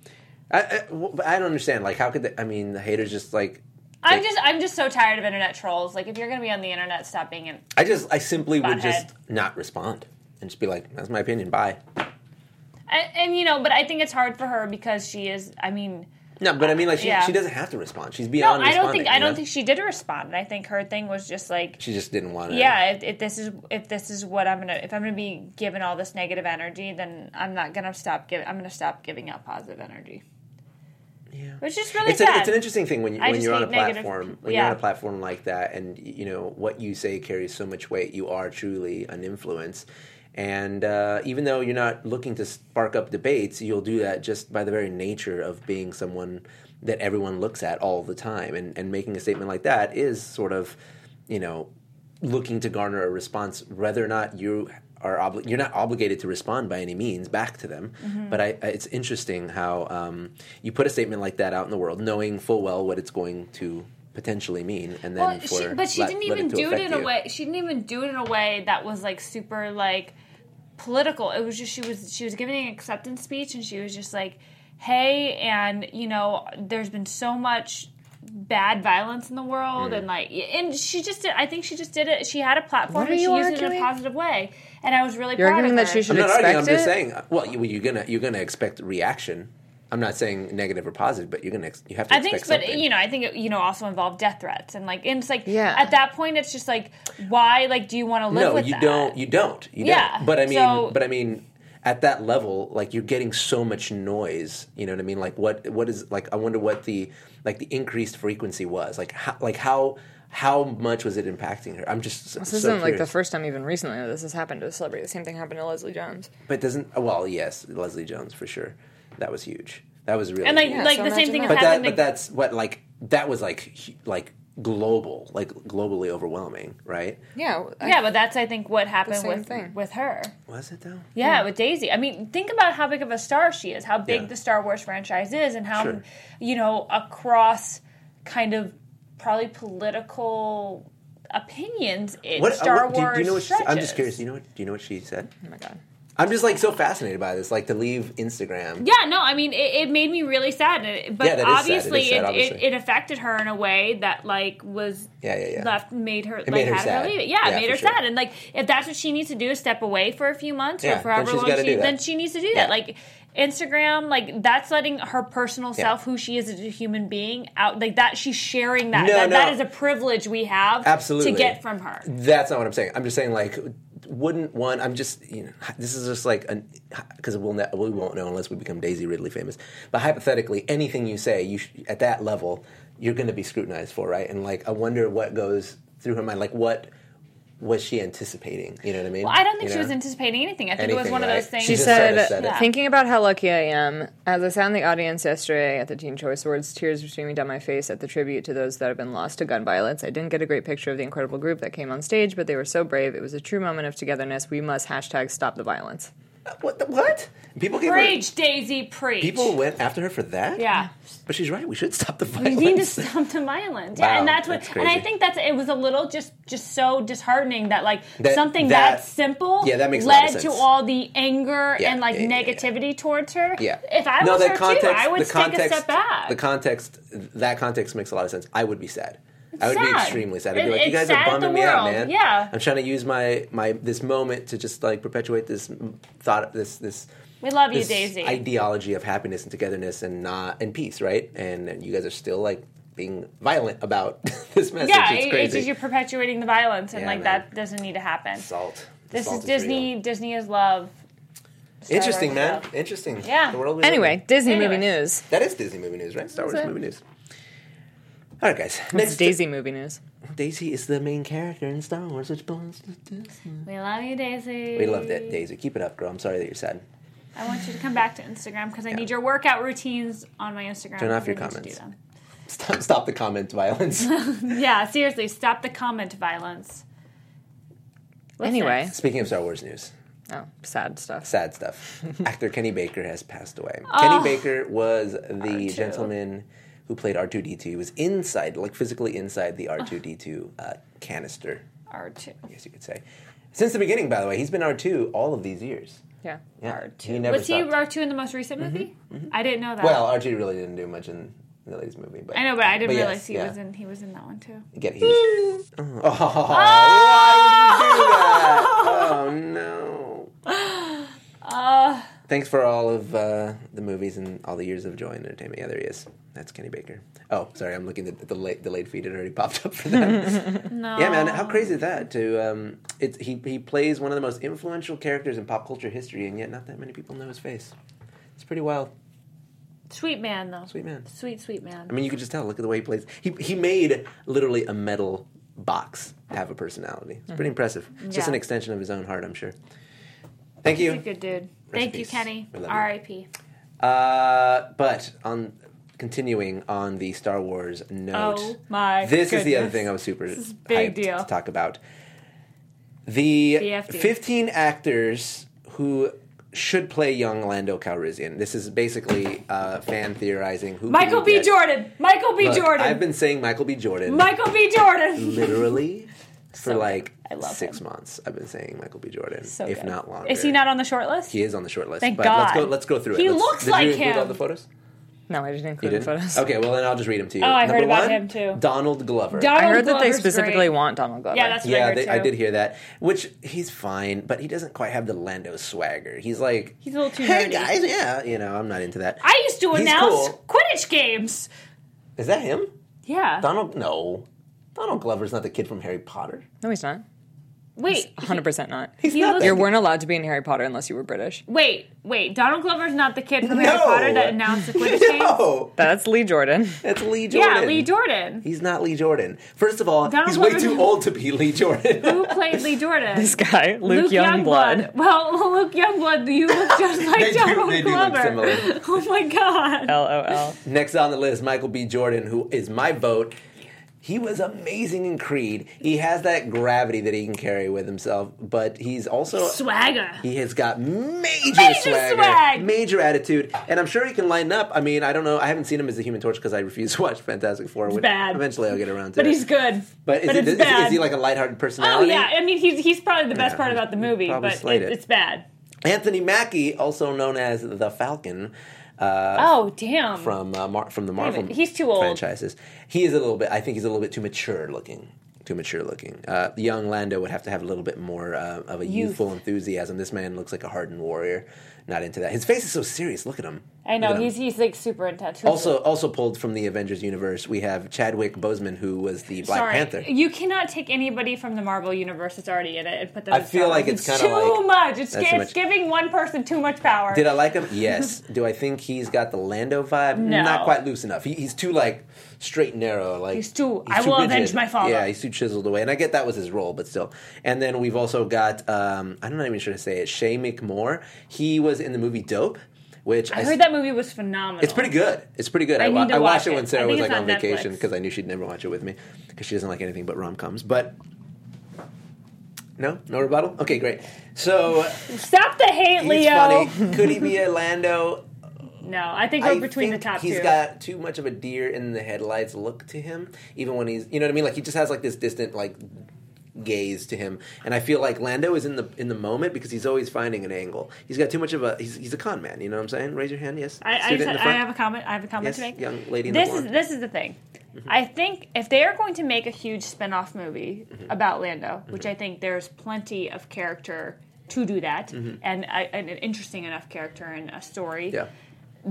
[SPEAKER 1] I, I, w- but I don't understand. Like, how could they, I mean the haters just like?
[SPEAKER 3] I'm just I'm just so tired of internet trolls. Like if you're gonna be on the internet, stop being in.
[SPEAKER 1] I just I simply would
[SPEAKER 3] Butthead.
[SPEAKER 1] just not respond and just be like, "That's my opinion." Bye.
[SPEAKER 3] And, and you know, but I think it's hard for her because she is. I mean,
[SPEAKER 1] No, but I mean, like she,
[SPEAKER 3] Yeah.
[SPEAKER 1] she doesn't have to respond. She's
[SPEAKER 3] no,
[SPEAKER 1] beyond.
[SPEAKER 3] I don't
[SPEAKER 1] responding,
[SPEAKER 3] think I
[SPEAKER 1] you
[SPEAKER 3] don't
[SPEAKER 1] know?
[SPEAKER 3] think she did respond. I think her thing was just like,
[SPEAKER 1] she just didn't want to.
[SPEAKER 3] yeah, if, if this is if this is what I'm gonna if I'm gonna be given all this negative energy, then I'm not gonna stop giving. I'm gonna stop giving out positive energy.
[SPEAKER 1] Yeah.
[SPEAKER 3] Which is really
[SPEAKER 1] It's, a,
[SPEAKER 3] sad.
[SPEAKER 1] it's an interesting thing when, you,
[SPEAKER 3] I
[SPEAKER 1] when
[SPEAKER 3] just
[SPEAKER 1] you're on a
[SPEAKER 3] hate negative
[SPEAKER 1] platform
[SPEAKER 3] people.
[SPEAKER 1] when you're on a
[SPEAKER 3] Yeah.
[SPEAKER 1] platform like that and you know what you say carries so much weight you are truly an influence and uh, even though you're not looking to spark up debates you'll do that just by the very nature of being someone that everyone looks at all the time and, and making a statement like that is sort of you know looking to garner a response whether or not you are obli- you're not obligated to respond by any means back to them
[SPEAKER 3] Mm-hmm.
[SPEAKER 1] but I, I, it's interesting how um, you put a statement like that out in the world knowing full well what it's going to potentially mean and then
[SPEAKER 3] Well,
[SPEAKER 1] for
[SPEAKER 3] she, but she
[SPEAKER 1] let-
[SPEAKER 3] didn't
[SPEAKER 1] let
[SPEAKER 3] even
[SPEAKER 1] to
[SPEAKER 3] do it
[SPEAKER 1] affect
[SPEAKER 3] in a
[SPEAKER 1] you.
[SPEAKER 3] way. She didn't even do it in a way that was like super like political. It was just she was she was giving an acceptance speech and she was just like, "Hey, and you know, there's been so much." bad violence in the world
[SPEAKER 1] Mm.
[SPEAKER 3] and like and she just did i think she just did it she had a platform
[SPEAKER 4] What are
[SPEAKER 3] and she
[SPEAKER 4] you
[SPEAKER 3] used it in
[SPEAKER 4] arguing?
[SPEAKER 3] a positive way and i was really
[SPEAKER 4] You're
[SPEAKER 3] proud of
[SPEAKER 4] arguing that
[SPEAKER 3] her.
[SPEAKER 4] she should
[SPEAKER 1] i'm not
[SPEAKER 4] expect
[SPEAKER 1] arguing i'm just
[SPEAKER 4] it?
[SPEAKER 1] saying uh, well you, you're gonna you're gonna expect reaction i'm not saying negative or positive but you're gonna ex- you have to
[SPEAKER 3] I think,
[SPEAKER 1] expect
[SPEAKER 3] but
[SPEAKER 1] something.
[SPEAKER 3] you know, I think it, you know also involved death threats and like, and it's like,
[SPEAKER 4] Yeah.
[SPEAKER 3] at that point, it's just like, why, like, do you want to live
[SPEAKER 1] no,
[SPEAKER 3] with
[SPEAKER 1] you
[SPEAKER 3] that?
[SPEAKER 1] don't. You don't. You
[SPEAKER 3] Yeah,
[SPEAKER 1] Don't. But I mean,
[SPEAKER 3] so-
[SPEAKER 1] but I mean, at that level, like you're getting so much noise. You know what I mean? Like what? What is like? I wonder what the like the increased frequency was. Like how? Like how? How much was it impacting her? I'm just s-
[SPEAKER 4] This
[SPEAKER 1] so
[SPEAKER 4] isn't like the
[SPEAKER 1] curious.
[SPEAKER 4] first time, even recently, that this has happened to a celebrity. The same thing happened to Leslie Jones.
[SPEAKER 1] But doesn't? Well, yes, Leslie Jones for sure. That was huge. That was really.
[SPEAKER 3] And like,
[SPEAKER 1] huge.
[SPEAKER 3] like
[SPEAKER 4] so
[SPEAKER 3] the same
[SPEAKER 4] imagine
[SPEAKER 3] thing
[SPEAKER 4] that.
[SPEAKER 1] but that.
[SPEAKER 3] happened.
[SPEAKER 1] But
[SPEAKER 3] to-
[SPEAKER 1] that's what like that was like hu- like global, like globally overwhelming, right?
[SPEAKER 4] Yeah. Oh, I-
[SPEAKER 3] yeah, but that's I think what happened
[SPEAKER 4] same
[SPEAKER 3] with
[SPEAKER 4] thing.
[SPEAKER 3] with her.
[SPEAKER 1] Was it though?
[SPEAKER 3] Yeah, with Daisy. I mean, think about how big of a star she is, how big
[SPEAKER 1] Yeah.
[SPEAKER 3] the Star Wars franchise is, and how
[SPEAKER 1] Sure.
[SPEAKER 3] you know across kind of probably political opinions it
[SPEAKER 1] What, uh,
[SPEAKER 3] Star
[SPEAKER 1] what- do-
[SPEAKER 3] Wars.
[SPEAKER 1] do, you know what she, I'm
[SPEAKER 3] stretches.
[SPEAKER 1] just curious. Do you know what? Do you know what she said?
[SPEAKER 4] Oh my god.
[SPEAKER 1] I'm just like so fascinated by this, like to leave Instagram.
[SPEAKER 3] Yeah, no, I mean, it, it made me really sad. It- But
[SPEAKER 1] Yeah, that is sad. It is
[SPEAKER 3] obviously,
[SPEAKER 1] sad,
[SPEAKER 3] it,
[SPEAKER 1] obviously.
[SPEAKER 3] It, it affected her in a way that, like, was
[SPEAKER 1] Yeah, yeah, yeah.
[SPEAKER 3] left, made her, like,
[SPEAKER 1] made her
[SPEAKER 3] had
[SPEAKER 1] sad.
[SPEAKER 3] her leave it. Yeah,
[SPEAKER 1] Yeah,
[SPEAKER 3] it made
[SPEAKER 1] for
[SPEAKER 3] her
[SPEAKER 1] sure.
[SPEAKER 3] sad. And, like, if that's what she needs to do, is step away for a few months
[SPEAKER 1] Yeah,
[SPEAKER 3] or
[SPEAKER 1] then
[SPEAKER 3] for however
[SPEAKER 1] she's
[SPEAKER 3] long
[SPEAKER 1] gotta
[SPEAKER 3] she,
[SPEAKER 1] do that.
[SPEAKER 3] then she needs to do
[SPEAKER 1] Yeah.
[SPEAKER 3] that. Like, Instagram, like, that's letting her personal self, who she is as a human being, out, like, that she's sharing that.
[SPEAKER 1] No,
[SPEAKER 3] that, that
[SPEAKER 1] no.
[SPEAKER 3] is a privilege we have
[SPEAKER 1] Absolutely.
[SPEAKER 3] to get from her.
[SPEAKER 1] That's not what I'm saying. I'm just saying like wouldn't one I'm just you know this is just like an because we'll ne- we won't know unless we become Daisy Ridley famous. But hypothetically, anything you say, you sh- at that level, you're going to be scrutinized for, right? And like I wonder what goes through her mind like what was she anticipating? You know what I mean?
[SPEAKER 3] I don't think
[SPEAKER 1] You
[SPEAKER 3] she was
[SPEAKER 1] know?
[SPEAKER 3] anticipating anything. I think it was
[SPEAKER 1] Anything,
[SPEAKER 3] one of
[SPEAKER 1] right?
[SPEAKER 3] those things.
[SPEAKER 1] She
[SPEAKER 4] She
[SPEAKER 1] just
[SPEAKER 4] said,
[SPEAKER 1] sorta said it.
[SPEAKER 3] Yeah.
[SPEAKER 4] thinking about how lucky I am, as I sat in the audience yesterday at the Teen Choice Awards, tears were streaming down my face at the tribute to those that have been lost to gun violence. I didn't get a great picture of the incredible group that came on stage, but they were so brave. It was a true moment of togetherness. We must hashtag stop the violence.
[SPEAKER 1] Uh, what the, what? People gave her-
[SPEAKER 3] Preach, Daisy, preach.
[SPEAKER 1] people went after her for that?
[SPEAKER 3] Yeah.
[SPEAKER 1] But she's right. We should stop the
[SPEAKER 3] We
[SPEAKER 1] violence.
[SPEAKER 3] need to stop the violence.
[SPEAKER 1] Wow,
[SPEAKER 3] yeah, and that's what
[SPEAKER 1] that's
[SPEAKER 3] and I
[SPEAKER 1] crazy.
[SPEAKER 3] think that's it was a little just just so disheartening that like
[SPEAKER 1] That-
[SPEAKER 3] something
[SPEAKER 1] that-
[SPEAKER 3] that, simple
[SPEAKER 1] Yeah, that makes a lot
[SPEAKER 3] led
[SPEAKER 1] of
[SPEAKER 3] to
[SPEAKER 1] sense.
[SPEAKER 3] all the anger
[SPEAKER 1] Yeah,
[SPEAKER 3] and like
[SPEAKER 1] yeah, yeah, yeah.
[SPEAKER 3] negativity towards her.
[SPEAKER 1] Yeah.
[SPEAKER 3] If I was
[SPEAKER 1] the
[SPEAKER 3] her too, I would take a step back.
[SPEAKER 1] The context, that context makes a lot of sense. I would be sad. I would be
[SPEAKER 3] sad.
[SPEAKER 1] extremely sad. I'd be
[SPEAKER 3] It-
[SPEAKER 1] like, you
[SPEAKER 3] it's
[SPEAKER 1] guys are
[SPEAKER 3] sad at the
[SPEAKER 1] bumming me out,
[SPEAKER 3] world.
[SPEAKER 1] man.
[SPEAKER 3] Yeah.
[SPEAKER 1] I'm trying to use my my this moment to just like perpetuate this m- thought, this this.
[SPEAKER 3] we love you,
[SPEAKER 1] this
[SPEAKER 3] Daisy.
[SPEAKER 1] ideology of happiness and togetherness and not and peace, right? And, and you guys are still like being violent about <laughs> this message.
[SPEAKER 3] yeah,
[SPEAKER 1] it's
[SPEAKER 3] it-
[SPEAKER 1] crazy.
[SPEAKER 3] it's just you're perpetuating the violence and
[SPEAKER 1] Yeah, man.
[SPEAKER 3] like that doesn't need to happen.
[SPEAKER 1] Salt.
[SPEAKER 3] This
[SPEAKER 1] Salt
[SPEAKER 3] is Disney.
[SPEAKER 1] real.
[SPEAKER 3] Disney is love. Star
[SPEAKER 1] Interesting,
[SPEAKER 3] Wars
[SPEAKER 1] man.
[SPEAKER 3] love.
[SPEAKER 1] Interesting.
[SPEAKER 3] Yeah.
[SPEAKER 1] The world we live in.
[SPEAKER 4] Anyway, Disney
[SPEAKER 3] Anyway.
[SPEAKER 4] movie news.
[SPEAKER 1] That is Disney movie news, right? Star Wars
[SPEAKER 4] it.
[SPEAKER 1] movie news. All right, guys.
[SPEAKER 4] It's
[SPEAKER 1] Next,
[SPEAKER 4] Daisy movie news.
[SPEAKER 1] Daisy is the main character in Star Wars, which belongs to Disney.
[SPEAKER 3] We love you, Daisy.
[SPEAKER 1] We loved it, Daisy. Keep it up, girl. I'm sorry that you're sad.
[SPEAKER 3] I want you to come back to Instagram because I need your workout routines on my Instagram.
[SPEAKER 1] Turn off
[SPEAKER 3] I
[SPEAKER 1] your
[SPEAKER 3] need to do
[SPEAKER 1] comments.
[SPEAKER 3] them.
[SPEAKER 1] Stop, stop the comment violence. <laughs>
[SPEAKER 3] Yeah, seriously, stop the comment violence. What's
[SPEAKER 4] anyway,
[SPEAKER 3] next?
[SPEAKER 1] Speaking of Star Wars news,
[SPEAKER 4] oh, sad stuff.
[SPEAKER 1] sad <laughs> stuff. Actor Kenny Baker has passed away. Kenny Baker was the gentleman who played R2D2. He was inside, like physically inside the R2D2 uh, canister,
[SPEAKER 3] R2.
[SPEAKER 1] I guess you could say. Since the beginning, by the way, he's been R2 all of these years.
[SPEAKER 4] Yeah.
[SPEAKER 1] Yeah, He never
[SPEAKER 3] Was he
[SPEAKER 1] stopped. Mm-hmm,
[SPEAKER 3] R2 in the most recent movie? I didn't know that.
[SPEAKER 1] well, R2 really didn't do much in the latest movie, but
[SPEAKER 3] I know, but I didn't
[SPEAKER 1] yes,
[SPEAKER 3] realize he
[SPEAKER 1] yeah.
[SPEAKER 3] was in he was in that one too.
[SPEAKER 1] Get
[SPEAKER 3] <laughs>
[SPEAKER 1] he was- oh, <laughs>
[SPEAKER 3] <laughs>
[SPEAKER 1] why would you do that? Oh no. Thanks for all of uh, the movies and all the years of joy and entertainment. Yeah, there he is. That's Kenny Baker. Oh, sorry, I'm looking at the late delayed feed. It already popped up for them.
[SPEAKER 3] <laughs> No.
[SPEAKER 1] yeah, man, how crazy is that? To um, it's he he plays one of the most influential characters in pop culture history, and yet not that many people know his face. It's pretty wild.
[SPEAKER 3] Sweet man though.
[SPEAKER 1] Sweet man.
[SPEAKER 3] Sweet sweet man.
[SPEAKER 1] I mean, you could just tell. Look at the way he plays. He he made literally a metal box have a personality. It's pretty impressive. It's just
[SPEAKER 3] Mm. Yeah.
[SPEAKER 1] an extension of his own heart, I'm sure. Thank
[SPEAKER 3] He's a
[SPEAKER 1] you.
[SPEAKER 3] good dude.
[SPEAKER 1] Rest in
[SPEAKER 3] Thank you,
[SPEAKER 1] peace.
[SPEAKER 3] Kenny.
[SPEAKER 1] We love you.
[SPEAKER 3] R.I.P.
[SPEAKER 1] Uh, but on continuing on the Star Wars note,
[SPEAKER 3] Oh my
[SPEAKER 1] this is the other
[SPEAKER 3] goodness.
[SPEAKER 1] thing I was super
[SPEAKER 3] is a big
[SPEAKER 1] hyped
[SPEAKER 3] deal.
[SPEAKER 1] to talk about. The
[SPEAKER 3] BFD.
[SPEAKER 1] 15 actors who should play young Lando Calrissian. This is basically uh, fan theorizing. Who could
[SPEAKER 3] Michael
[SPEAKER 1] we
[SPEAKER 3] B.
[SPEAKER 1] get?
[SPEAKER 3] Jordan. Michael B.
[SPEAKER 1] Look,
[SPEAKER 3] Jordan.
[SPEAKER 1] I've been saying Michael B. Jordan.
[SPEAKER 3] Michael B. Jordan.
[SPEAKER 1] literally for
[SPEAKER 3] good.
[SPEAKER 1] like
[SPEAKER 3] I love
[SPEAKER 1] six
[SPEAKER 3] him.
[SPEAKER 1] months. I've been saying Michael B. Jordan,
[SPEAKER 3] <laughs> So
[SPEAKER 1] if
[SPEAKER 3] good.
[SPEAKER 1] not longer.
[SPEAKER 3] Is he not on the short list?
[SPEAKER 1] He is on the short list.
[SPEAKER 3] Thank
[SPEAKER 1] but let's go.
[SPEAKER 3] God.
[SPEAKER 1] Let's go through it.
[SPEAKER 3] He
[SPEAKER 1] Let's-
[SPEAKER 3] looks
[SPEAKER 1] did
[SPEAKER 3] like
[SPEAKER 1] you include
[SPEAKER 3] him.
[SPEAKER 1] all the photos.
[SPEAKER 4] No, I didn't
[SPEAKER 1] You
[SPEAKER 4] include
[SPEAKER 1] didn't.
[SPEAKER 4] photos.
[SPEAKER 1] Okay, well then I'll just read them to you.
[SPEAKER 3] Oh, I heard
[SPEAKER 1] Number
[SPEAKER 3] about
[SPEAKER 1] one,
[SPEAKER 3] him, too.
[SPEAKER 1] Donald Glover.
[SPEAKER 3] Donald
[SPEAKER 4] I heard that they
[SPEAKER 3] Glover's
[SPEAKER 4] specifically
[SPEAKER 3] great.
[SPEAKER 4] want Donald Glover.
[SPEAKER 3] Yeah, that's what I
[SPEAKER 1] yeah,
[SPEAKER 3] heard,
[SPEAKER 1] they, I
[SPEAKER 3] too.
[SPEAKER 1] did hear that. Which he's fine, but he doesn't quite have the Lando swagger. He's like,
[SPEAKER 3] He's a little too
[SPEAKER 1] hey
[SPEAKER 3] nerdy.
[SPEAKER 1] guys, yeah, you know, I'm not into that.
[SPEAKER 3] I used to
[SPEAKER 1] He's
[SPEAKER 3] announce
[SPEAKER 1] cool.
[SPEAKER 3] Quidditch games.
[SPEAKER 1] Is that him?
[SPEAKER 3] Yeah.
[SPEAKER 1] Donald? No, Donald Glover's not the kid from Harry Potter.
[SPEAKER 4] No,
[SPEAKER 1] <laughs>
[SPEAKER 4] he's not.
[SPEAKER 3] Wait.
[SPEAKER 4] 100% not.
[SPEAKER 1] He's
[SPEAKER 3] He
[SPEAKER 1] not.
[SPEAKER 3] looks-
[SPEAKER 1] that
[SPEAKER 4] You
[SPEAKER 1] kid.
[SPEAKER 4] weren't allowed to be in Harry Potter unless you were British.
[SPEAKER 3] Wait, wait. Donald Glover's not the kid from Harry
[SPEAKER 1] No.
[SPEAKER 3] Potter that announced the Quidditch
[SPEAKER 1] <laughs>
[SPEAKER 3] games?
[SPEAKER 1] No,
[SPEAKER 4] That's Lee Jordan.
[SPEAKER 1] that's Lee Jordan.
[SPEAKER 3] Yeah, Lee Jordan.
[SPEAKER 1] He's not Lee Jordan. First of all,
[SPEAKER 3] Donald
[SPEAKER 1] he's way
[SPEAKER 3] Glover- <laughs>
[SPEAKER 1] too old to be Lee Jordan. <laughs>
[SPEAKER 3] Who played Lee Jordan?
[SPEAKER 4] This guy, Luke, Youngblood.
[SPEAKER 3] Well, Luke Youngblood,
[SPEAKER 1] <laughs>
[SPEAKER 3] you look just like
[SPEAKER 1] They do-
[SPEAKER 3] Donald
[SPEAKER 1] they do look
[SPEAKER 3] Glover.
[SPEAKER 1] similar.
[SPEAKER 3] <laughs> Oh my god.
[SPEAKER 4] LOL.
[SPEAKER 1] Next on the list, Michael B. Jordan, who is my vote. He was amazing in Creed. He has that gravity that he can carry with himself, but he's also
[SPEAKER 3] Swagger.
[SPEAKER 1] he has got major,
[SPEAKER 3] Major
[SPEAKER 1] swagger,
[SPEAKER 3] swag.
[SPEAKER 1] major attitude, and I'm sure he can line up. I mean, I don't know. I haven't seen him as the Human Torch because I refuse to watch Fantastic Four. which
[SPEAKER 3] bad.
[SPEAKER 1] Eventually, I'll get around to
[SPEAKER 3] But
[SPEAKER 1] it.
[SPEAKER 3] he's good.
[SPEAKER 1] But is, it-
[SPEAKER 3] it's
[SPEAKER 1] is-
[SPEAKER 3] bad.
[SPEAKER 1] is he like a lighthearted
[SPEAKER 3] Oh
[SPEAKER 1] personality?
[SPEAKER 3] yeah, I mean he's he's probably the best
[SPEAKER 1] Yeah,
[SPEAKER 3] part about the movie,
[SPEAKER 1] probably
[SPEAKER 3] but
[SPEAKER 1] slayed
[SPEAKER 3] it-
[SPEAKER 1] it.
[SPEAKER 3] it's bad.
[SPEAKER 1] Anthony Mackie, also known as the Falcon. Uh,
[SPEAKER 3] Oh damn.
[SPEAKER 1] from uh, Mar- from the Marvel
[SPEAKER 3] minute, he's too old.
[SPEAKER 1] franchises. He is a little bit. I think he's a little bit too mature looking. Too mature looking. Uh, young Lando would have to have a little bit more uh, of a youthful enthusiasm. This man looks like a hardened warrior. Not into that. His face is so serious. Look at him.
[SPEAKER 3] I know
[SPEAKER 1] Look at him.
[SPEAKER 3] he's he's like super intense.
[SPEAKER 1] also also pulled from the Avengers universe. We have Chadwick Boseman, who was the Black
[SPEAKER 3] Sorry,
[SPEAKER 1] Panther.
[SPEAKER 3] you cannot take anybody from the Marvel universe that's already in it and put them.
[SPEAKER 1] I
[SPEAKER 3] in
[SPEAKER 1] feel
[SPEAKER 3] Star Wars.
[SPEAKER 1] like it's kinda
[SPEAKER 3] too
[SPEAKER 1] like-
[SPEAKER 3] much. It's,
[SPEAKER 1] that's
[SPEAKER 3] it's
[SPEAKER 1] too much.
[SPEAKER 3] giving one person too much power.
[SPEAKER 1] Did I like him? Yes. Do I think he's got the Lando vibe?
[SPEAKER 3] No.
[SPEAKER 1] Not quite loose enough. He, he's too like straight and narrow. Like
[SPEAKER 3] He's too, "I will avenge my father."
[SPEAKER 1] Yeah, he's too chiseled away. And I get that was his role, but still. And then we've also got um, I'm not even sure to say it. Shay McMoore. He was in the movie Dope, which
[SPEAKER 3] I heard that movie was phenomenal.
[SPEAKER 1] It's pretty good. It's pretty good. I,
[SPEAKER 3] need
[SPEAKER 1] wa-
[SPEAKER 3] to
[SPEAKER 1] I watched
[SPEAKER 3] watch
[SPEAKER 1] it
[SPEAKER 3] it.
[SPEAKER 1] when
[SPEAKER 3] I
[SPEAKER 1] Sarah
[SPEAKER 3] think
[SPEAKER 1] was
[SPEAKER 3] it's
[SPEAKER 1] like on
[SPEAKER 3] on
[SPEAKER 1] vacation
[SPEAKER 3] Netflix.
[SPEAKER 1] because I knew she'd never watch it with me because she doesn't like anything but rom coms. But no, no rebuttal. Okay, great. So
[SPEAKER 3] Stop the hate,
[SPEAKER 1] he's
[SPEAKER 3] Leo.
[SPEAKER 1] funny. Could he be a Lando?
[SPEAKER 3] No, I think we're
[SPEAKER 1] I
[SPEAKER 3] between
[SPEAKER 1] think
[SPEAKER 3] the top
[SPEAKER 1] He's
[SPEAKER 3] two.
[SPEAKER 1] got too much of a deer in the headlights look to him, even when he's you know what I mean. Like he just has like this distant like gaze to him, and I feel like Lando is in the in the moment because he's always finding an angle. He's got too much of a he's, he's a con man. You know what I'm saying? Raise your hand. Yes,
[SPEAKER 3] I, I,
[SPEAKER 1] Student in the
[SPEAKER 3] I
[SPEAKER 1] front.
[SPEAKER 3] have a comment. I have a comment
[SPEAKER 1] Yes,
[SPEAKER 3] to make.
[SPEAKER 1] young lady in the Mm-hmm.
[SPEAKER 3] this is
[SPEAKER 1] blonde.
[SPEAKER 3] this is the thing. I think if they are going to make a huge spin-off movie
[SPEAKER 1] Mm-hmm.
[SPEAKER 3] about Lando, which I think there's plenty of character to do that, and, I, and an interesting enough character and a story,
[SPEAKER 1] Mm-hmm. yeah.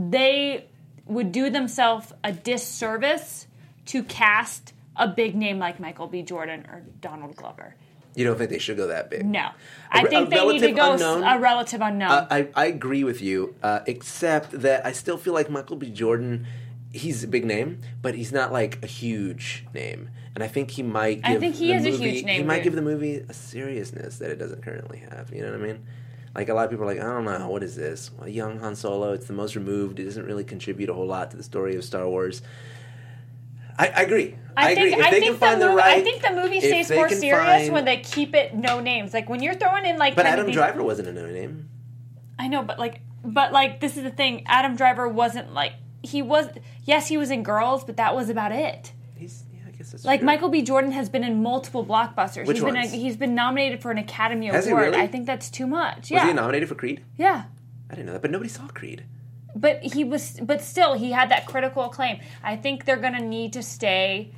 [SPEAKER 3] they would do themselves a disservice to cast a big name like Michael B. Jordan or Donald Glover.
[SPEAKER 1] You don't think they should go that big?
[SPEAKER 3] No,
[SPEAKER 1] A
[SPEAKER 3] I
[SPEAKER 1] re-
[SPEAKER 3] think
[SPEAKER 1] a
[SPEAKER 3] they need to
[SPEAKER 1] relative
[SPEAKER 3] go s-
[SPEAKER 1] unknown?
[SPEAKER 3] a relative unknown.
[SPEAKER 1] I, I agree with you, uh, except that I still feel like Michael B. Jordan he's a big name, but he's not like a huge name. And I think he might.
[SPEAKER 3] I
[SPEAKER 1] Give
[SPEAKER 3] think he
[SPEAKER 1] the
[SPEAKER 3] is a
[SPEAKER 1] movie,
[SPEAKER 3] huge name,
[SPEAKER 1] He might
[SPEAKER 3] dude.
[SPEAKER 1] give the movie a seriousness that it doesn't currently have. You know what I mean? Like a lot of people are like, I don't know, what is this? Well, young Han Solo. It's the most removed. It doesn't really contribute a whole lot to the story of Star Wars. I, I agree. I, agree. If
[SPEAKER 3] I
[SPEAKER 1] they
[SPEAKER 3] think
[SPEAKER 1] can find
[SPEAKER 3] the
[SPEAKER 1] the,
[SPEAKER 3] movie,
[SPEAKER 1] right,
[SPEAKER 3] I think the movie
[SPEAKER 1] if
[SPEAKER 3] stays
[SPEAKER 1] they
[SPEAKER 3] more
[SPEAKER 1] can
[SPEAKER 3] serious
[SPEAKER 1] find-
[SPEAKER 3] when they keep it no names. Like when you're throwing in like.
[SPEAKER 1] But
[SPEAKER 3] kind of
[SPEAKER 1] Adam
[SPEAKER 3] these-
[SPEAKER 1] Driver wasn't a no name.
[SPEAKER 3] I know, but like, but like, this is the thing. Adam Driver wasn't like he was. Yes, he was in Girls, but that was about it.
[SPEAKER 1] He's yeah, I guess that's
[SPEAKER 3] Like
[SPEAKER 1] true.
[SPEAKER 3] Michael B. Jordan has been in multiple blockbusters.
[SPEAKER 1] Which
[SPEAKER 3] He's been a,
[SPEAKER 1] ones?
[SPEAKER 3] he's been nominated for an Academy
[SPEAKER 1] Has he
[SPEAKER 3] Award.
[SPEAKER 1] really?
[SPEAKER 3] I think that's too much.
[SPEAKER 1] Was
[SPEAKER 3] yeah,
[SPEAKER 1] he nominated for Creed?
[SPEAKER 3] yeah.
[SPEAKER 1] I didn't know that, but nobody saw Creed.
[SPEAKER 3] But he was. But still, he had that critical acclaim. I think they're gonna need to stay.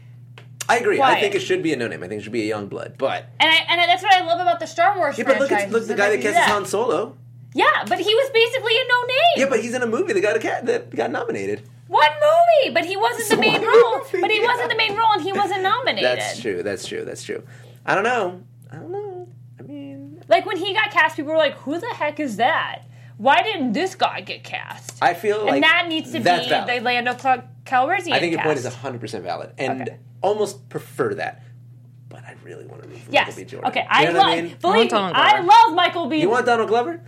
[SPEAKER 1] I agree. I
[SPEAKER 3] Quiet.
[SPEAKER 1] think it should be a no name. I think it should be a young blood. But
[SPEAKER 3] And I, and that's what I love about the Star Wars.
[SPEAKER 1] yeah, but look at
[SPEAKER 3] franchise,
[SPEAKER 1] look
[SPEAKER 3] is
[SPEAKER 1] the guy
[SPEAKER 3] they
[SPEAKER 1] that
[SPEAKER 3] do
[SPEAKER 1] casts Han Solo.
[SPEAKER 3] Yeah, but he was basically a no name.
[SPEAKER 1] Yeah, but he's in a movie. The guy that cat that got nominated.
[SPEAKER 3] One movie, but he wasn't the
[SPEAKER 1] It's
[SPEAKER 3] main
[SPEAKER 1] <laughs> one
[SPEAKER 3] role.
[SPEAKER 1] movie,
[SPEAKER 3] But he
[SPEAKER 1] yeah.
[SPEAKER 3] wasn't the main role, and he wasn't nominated.
[SPEAKER 1] That's true. That's true. That's true. I don't know. I don't know. I mean,
[SPEAKER 3] Like when he got cast, people were like, "Who the heck is that? Why didn't this guy get cast?"
[SPEAKER 1] I feel like
[SPEAKER 3] and that needs to be
[SPEAKER 1] that's valid.
[SPEAKER 3] the Lando Cal- Calrissian.
[SPEAKER 1] I think your
[SPEAKER 3] cast.
[SPEAKER 1] point is hundred percent valid, and
[SPEAKER 3] Okay.
[SPEAKER 1] almost prefer that. But I really want to root for
[SPEAKER 3] yes.
[SPEAKER 1] Michael B. Jordan.
[SPEAKER 3] Okay,
[SPEAKER 1] You
[SPEAKER 3] I
[SPEAKER 1] know
[SPEAKER 3] love.
[SPEAKER 1] what I mean?
[SPEAKER 3] Believe me,
[SPEAKER 4] Donald
[SPEAKER 3] I
[SPEAKER 4] Glover.
[SPEAKER 3] love Michael B.
[SPEAKER 1] You want Donald Glover?